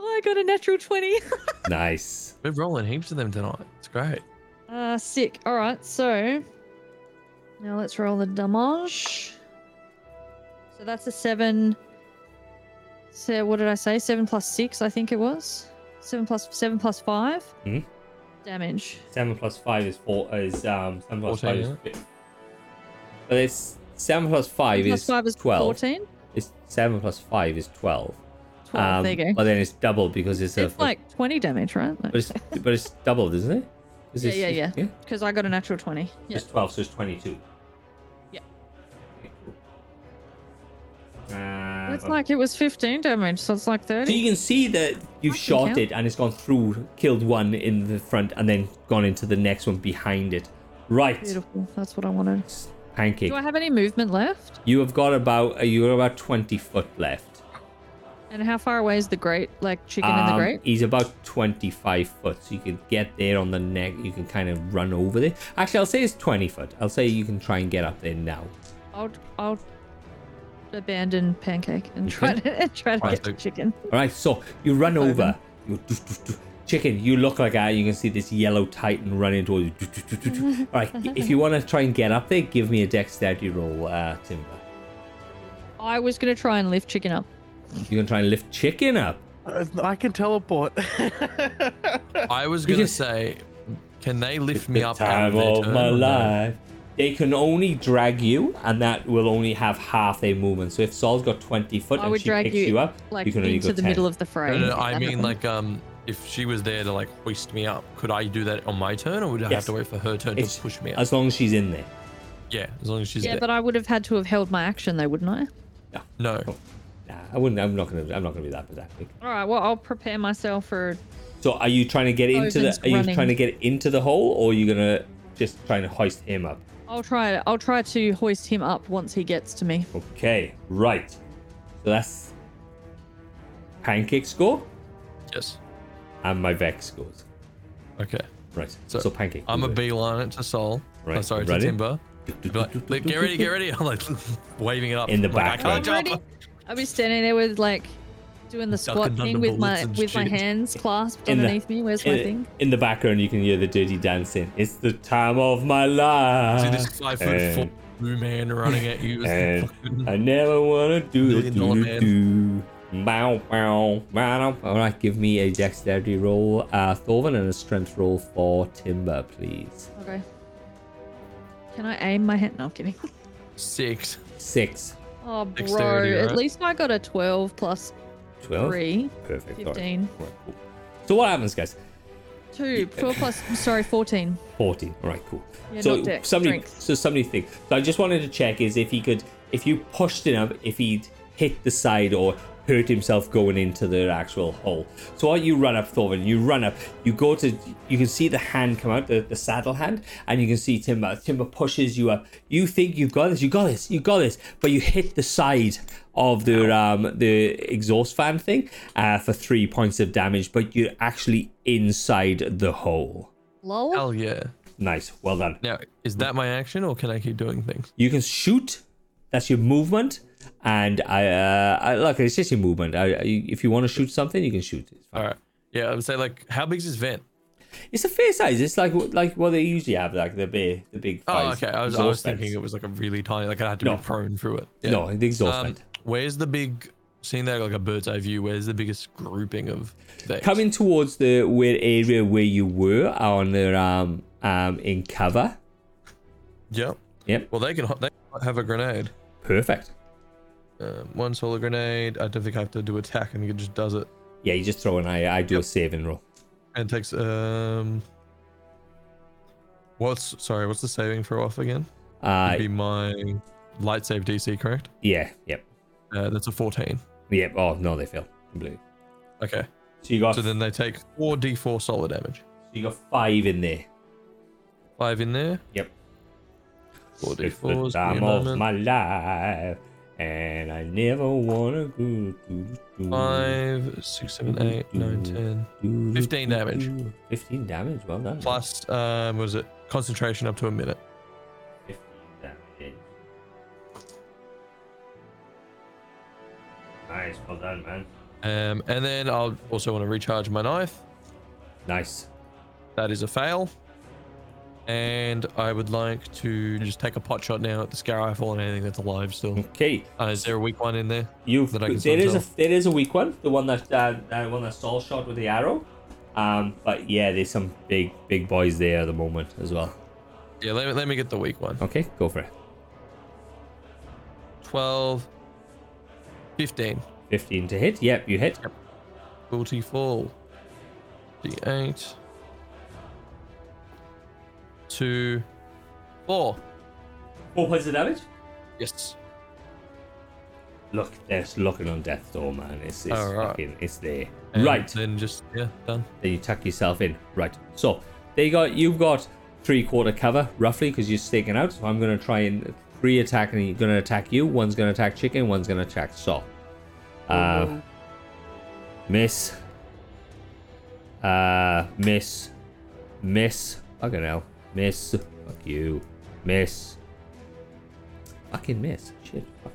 oh, I got a natural twenty.
Nice.
We're rolling heaps of them tonight. It's great.
Ah, sick. All right, so now let's roll the damage. So that's a seven. So what did I say? Seven plus six, I think it was. Seven plus seven plus five.
Mhm.
Damage.
Seven plus five is four. Is um seven plus
Fourteen,
five is. fi- But it's seven plus five
Seven
is twelve.
fourteen.
It's seven plus five is twelve. Um,
Twelve. there you go.
But then it's double because it's,
It's
a.
like twenty damage, right?
But it's but it's doubled, isn't it? 'Cause
Yeah,
it's-
yeah, yeah.
yeah.
Because I got a natural twenty. Yeah.
It's twelve, so it's twenty-two.
Yeah.
Okay, cool. Uh,
It's
but-
like it was fifteen damage, so it's like
So
thirty.
you can see that you've
I can
shot
count.
it and it's gone through, killed one in the front, and then gone into the next one behind it. Right,
Beautiful. That's what I wanted.
pancake.
Do I have any movement left?
You have got about uh, you got about twenty foot left.
And how far away is the great, like chicken in the
Um,
grate?
He's about twenty five foot, so you could get there on the neck. You can kind of run over there. Actually, I'll say it's twenty foot. I'll say you can try and get up there now.
I'll I'll abandon pancake and try to try to
Right,
get
so-
the chicken.
All right, so you run
Over.
over. You doof, doof, doof. Chicken, you look like that. You can see this yellow titan running towards you. Doof, doof, doof, doof, doof. All right, if you want to try and get up there, give me a dexterity roll, uh, Timber.
I was gonna try and lift chicken up.
You can try and lift chicken up.
Uh, I can teleport.
I was gonna
just-
say, can they lift
It's
me
the
up?
Time
their
of
turn
my
or no?
life. They can only drag you, and that will only have half their movement. So if Sol's got twenty foot
I
and
would
she
drag
picks
you,
you, up,
Like
you can only
into
go
the
10.
middle of the fray.
No, no, no, I
That
mean
happened.
like um, if she was there to like hoist me up, could I do that on my turn, or would I
Yes.
have to wait for her turn
It's-
to push me up?
As long as she's in there.
yeah, as long as she's
Yeah,
there.
but I would have had to have held my action though, wouldn't I?
no,
Oh. Nah, I wouldn't. I'm not gonna. I'm not gonna be that pedantic.
All right. Well, I'll prepare myself for.
So are you trying to get into the?
Ovin's
Are you
running.
trying to get into the hole, or are you gonna just trying to hoist him up?
I'll try. I'll try to hoist him up once he gets to me.
Okay, right. So that's pancake score
yes,
and my vex scores.
okay.
Right. So,
So,
pancake.
I'm a
do it.
beeline it to Sol. Right.
Right,
sorry,
ready?
to Timber. Be like, "Look, get ready, get ready. I'm like waving it up.
In the
I'm like,
back,
I can't
right?
jump.
Already? I'll be standing there with like doing the squat
Ducking
thing
under
with my
bullets and
with my
shit.
hands clasped
In the- uh,
underneath me. Where's my
In,
thing?
in the background, you can hear the dirty dancing. It's the time of my
See
life.
this five foot
and-
four blue man running at you.
and
Fucking-
I never wanna do it.
Million dollar man.
Do, do. Bow, bow, bow. All right, give me a dexterity roll, uh, Thorvin, and a strength roll for Timber, please.
Okay. Can I aim my hand? No, I'm kidding.
Six.
Six.
Oh, bro.
Dexterity,
At
right?
least I got a twelve plus
12.
three.
Perfect. all right.
15.
All right, cool. So what happens, guys?
Two. 12 plus, sorry, 14.
14. All right, cool.
Yeah,
so
not dex,
somebody,
strength.
so somebody think. So I just wanted to check is if he could, if you pushed him up, if he'd hit the side or hurt himself going into the actual hole. So what you run up, Thorvin, you run up, you go to, you can see the hand come out, the, the saddle hand, and you can see Timber. Timber pushes you up. You think you've got this, you got this, you got this, but you hit the side of the um the exhaust fan thing uh, for three points of damage, but you're actually inside the hole.
Lol.
Hell yeah.
Nice, well done.
Now, is that my action, or can I keep doing things?
You can shoot. That's your movement. And I, uh, I look, it's just your movement. I, I- if you want to shoot something, you can shoot. It's, fine.
All right. Yeah, I would say like, how big is this vent?
it's a fair size. It's like like what they usually have, like the big, the big.
Oh,
size
okay. I was, I
exhaust
was thinking
vents.
it was like a really tiny, like I had to
No.
be prone through it. Yeah.
No, the exhaust
Um,
vent.
where's the big? Seeing that like a bird's eye view, where's the biggest grouping of vex?
Coming towards the where area where you were on the um um in cover.
Yep.
Yep.
Well, they can they can have a grenade.
Perfect.
Um, one solar grenade. I don't think I have to do attack. I think it just does it
Yeah, you just throw an I. I do a
Yep.
saving roll.
and it takes um. What's sorry? What's the saving throw off again?
Uh,
It'd be my light save DC, correct?
yeah. Yep.
Uh, that's a fourteen.
Yep. Oh no, they fail completely.
Okay.
So you got
So then they take four D4 solar damage.
you got five in there.
Five in there.
Yep.
Four
It's the
D4s.
time of my life, and I never wanna go. do, do,
Five, six, seven, eight, nine, ten.
do, do,
15
do,
damage.
do. Fifteen damage. Well done.
Plus, um, was it concentration up to a minute?
Fifteen damage. Nice. Well done, man.
Um, and then I'll also want to recharge my knife.
Nice.
That is a fail. And I would like to just take a pot shot now at the scar rifle and anything that's alive still.
Okay.
Uh, is there a weak one in there?
You've
that I can
there
sort
is a
out.
there is a weak one, the one that uh, that one that Saul shot with the arrow. Um, but yeah, there's some big big boys there at the moment as well.
Yeah, let me, let me get the weak one.
Okay, go for it.
12, 15.
Fifteen to hit. Yep, you hit.
Guilty fall. D8. Two. Four.
Four points of damage.
Yes.
Look, they're looking on death's door, man. It's it's
All right. Um,
fucking it's there.
And
right.
Then just, yeah, done.
Then you tuck yourself in. Right. So they got you've got three quarter cover roughly because you're sticking out. So I'm gonna try and three attack and he's gonna attack you. One's gonna attack chicken. One's gonna attack Saul. Uh, Miss. Uh, miss. Miss. Fucking hell. Miss. Fuck you. Miss. Fucking miss. Shit. Fuck.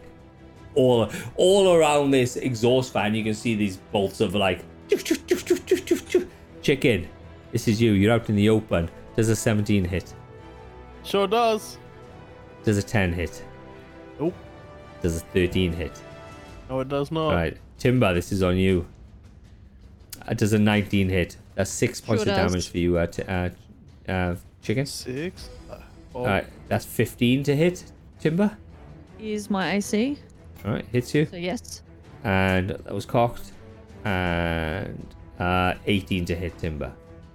All, all around this exhaust fan, you can see these bolts of like. Chicken. This is you. You're out in the open. Does a 17 hit?
Sure does.
Does a 10 hit?
Nope.
Does a 13 hit?
No, it does
Oh.
not.
Right. Timber, this is on you. Uh, does a 19 hit. That's six points of
does.
damage for you, uh, t- uh, uh, chicken.
Six. Uh, oh,
All right. That's 15 to hit, Timber.
Is my AC?
All right. Hits you.
So yes.
And that was cocked. And uh, 18 to hit, Timber.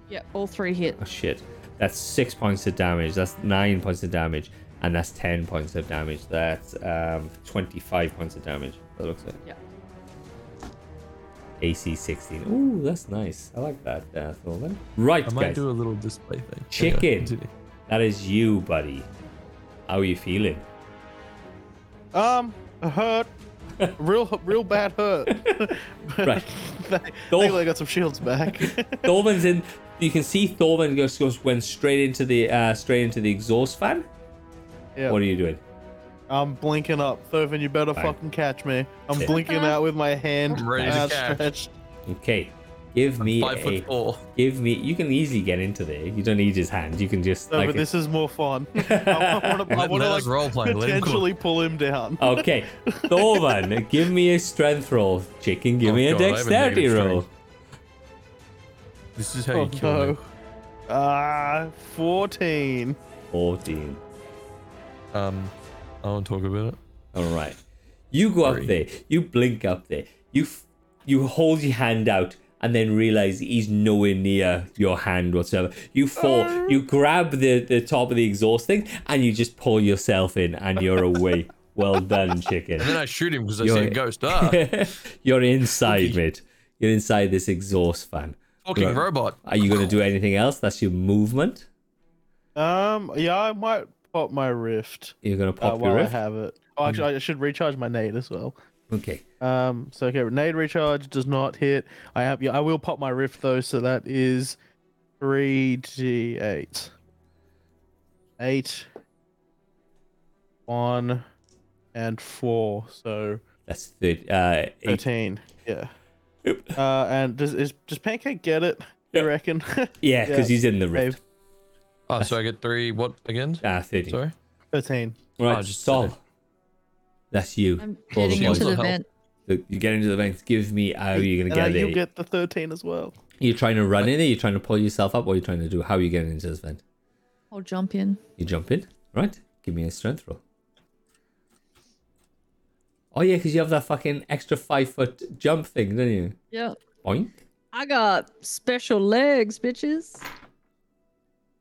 Yeah, all three hit.
Oh, shit. That's six points of damage. That's nine points of damage. And that's 10 points of damage. That's um, 25 points of damage. That looks like.
Yeah.
AC 16. Ooh, that's nice. I like that, uh, Thorvin. Right,
I might
guys.
do a little display thing.
Chicken.
Anyway, continue.
That is you, buddy. How are you feeling?
Um, a hurt. Real, real bad hurt.
Right.
they,
Go.
they got some shields back.
Thorvin's in. You can see Thorvin goes, goes went straight into the uh, straight into the exhaust fan.
yeah.
What are you doing?
I'm blinking up. Thurvin, you better
Bang.
fucking catch me. I'm
Yeah.
blinking out with my hand
I'm ready to catch.
outstretched.
Okay, give me
Five
a
foot four.
give me. You can easily get into there. You don't need his hand. You can just
No,
like.
but this is more fun. I want to
Let- let us
like,
roleplay, let him come.
potentially pull him down.
okay, Thorvin, give me a strength roll. Chicken, give
Oh
me a
God, I have a
dexterity
negative
roll.
strength. This is how you
Oh,
kill me.
no. Ah, 14.
Fourteen.
Um, I won't talk about it.
All right. You go up
Three.
there. You blink up there. You f- you hold your hand out and then realize he's nowhere near your hand whatsoever. You fall. You grab the the top of the exhaust thing and you just pull yourself in and you're away. well done, chicken.
And then I shoot him because I
You're-
see a ghost. Ah,
you're inside, mate. You're inside this exhaust fan.
fucking
Right.
robot.
Are you gonna do anything else? That's your movement.
Um, yeah, I might pop my rift
You're gonna
uh,
pop your
while
rift. Hmm.
I have it. Oh, actually, I should recharge my nade as well.
Okay.
Um, so okay, nade recharge does not hit. I have, yeah, I will pop my rift though, so that is three d eight, eight, one, and four. So
That's third. Uh, eight.
eighteen. Yeah. Uh, and does is does Pancake get it?
Yep.
You reckon?
Yeah, because
Yeah.
he's in the rift.
Oh, so I get three. What again?
Ah, thirteen.
Sorry.
Thirteen.
Right,
Oh, just
Sol.
today.
That's you.
I'm
All the
heading
shields
into
will
the
help.
vent.
Look, You get into the bank. Give me how you're
And
gonna get
then
there.
uh, you get the thirteen as well.
You're trying to run in there. You're trying to pull yourself up. What are you trying to do? How are you getting into this vent?
I'll jump in.
You jump in, right? Give me a strength roll. Oh yeah, because you have that fucking extra five foot jump thing, don't you?
Yeah.
Boink.
I got special legs, bitches.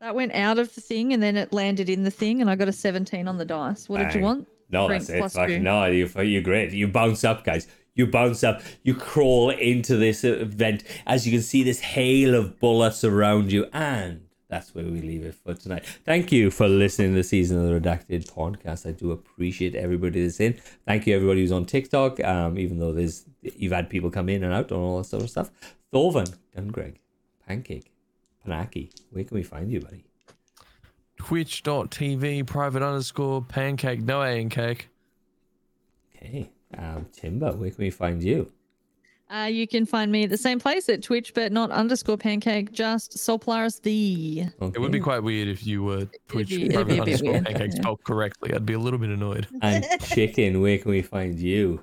That went out of the thing and then it landed in the thing, and I got a 17 on the dice. What did
Bang.
you want?
No,
Drink
that's it.
plus
Fucking
two.
no, you, you're great. You bounce up, guys. You bounce up. You crawl into this event. As you can see, this hail of bullets around you. And that's where we leave it for tonight. Thank you for listening to the Season of the Redacted podcast. I do appreciate everybody that's in. Thank you, everybody who's on TikTok, um, even though there's you've had people come in and out and all that sort of stuff. Thorvan, Dungreg, Pancake, Panaki, where can we find you, buddy?
Twitch.tv private underscore pancake, no A E in cake.
Okay. Um, Timber, where can we find you?
Uh, you can find me at the same place at Twitch, but not underscore pancake, just Solplaris the.
Okay.
It would be quite weird if you were Twitch
be- it'd be a
private
bit
underscore
weird,
pancake
yeah.
spelled correctly. I'd be a little bit annoyed.
And chicken, where can we find you?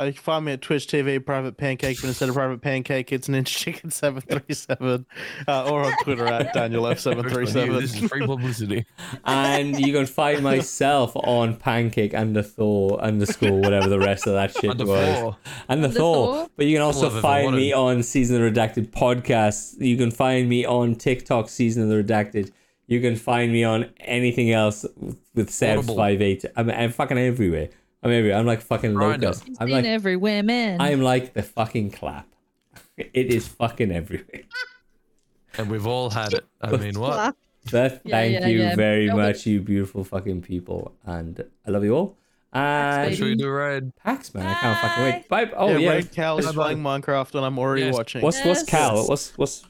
Uh, you can find me at Twitch TV Private Pancake, but instead of Private Pancake, it's Ninja Chicken seven three seven, Uh, or on Twitter at Daniel F seven three
This is
seven.
free publicity.
And you can find myself on pancake under Thor underscore whatever the rest of that shit
Under
was.
four.
And the
Under
Thor.
Thor.
But you can
All
also
of it,
find
one
me
of
on Season of the Redacted podcast. You can find me on TikTok, Season of the Redacted. You can find me on anything else with
Audible.
Sebs58. I'm, I'm fucking everywhere. I'm everywhere. I'm like fucking
Grindr.
locust.
He's
I'm
been
like,
everywhere, man.
I'm like the fucking clap. It is fucking everywhere.
And we've all had it. I mean, what?
Clap.
Beth,
Yeah,
thank
yeah,
you
yeah.
very
No, but-
much, you beautiful fucking people, and I love you all. And
Should we do a raid?
Pax, man, I can't fucking wait. Bye. Oh
yeah,
yeah.
Red Cal is playing Minecraft, and I'm already
Yes.
watching.
What's what's
Yes.
Cal? What's what's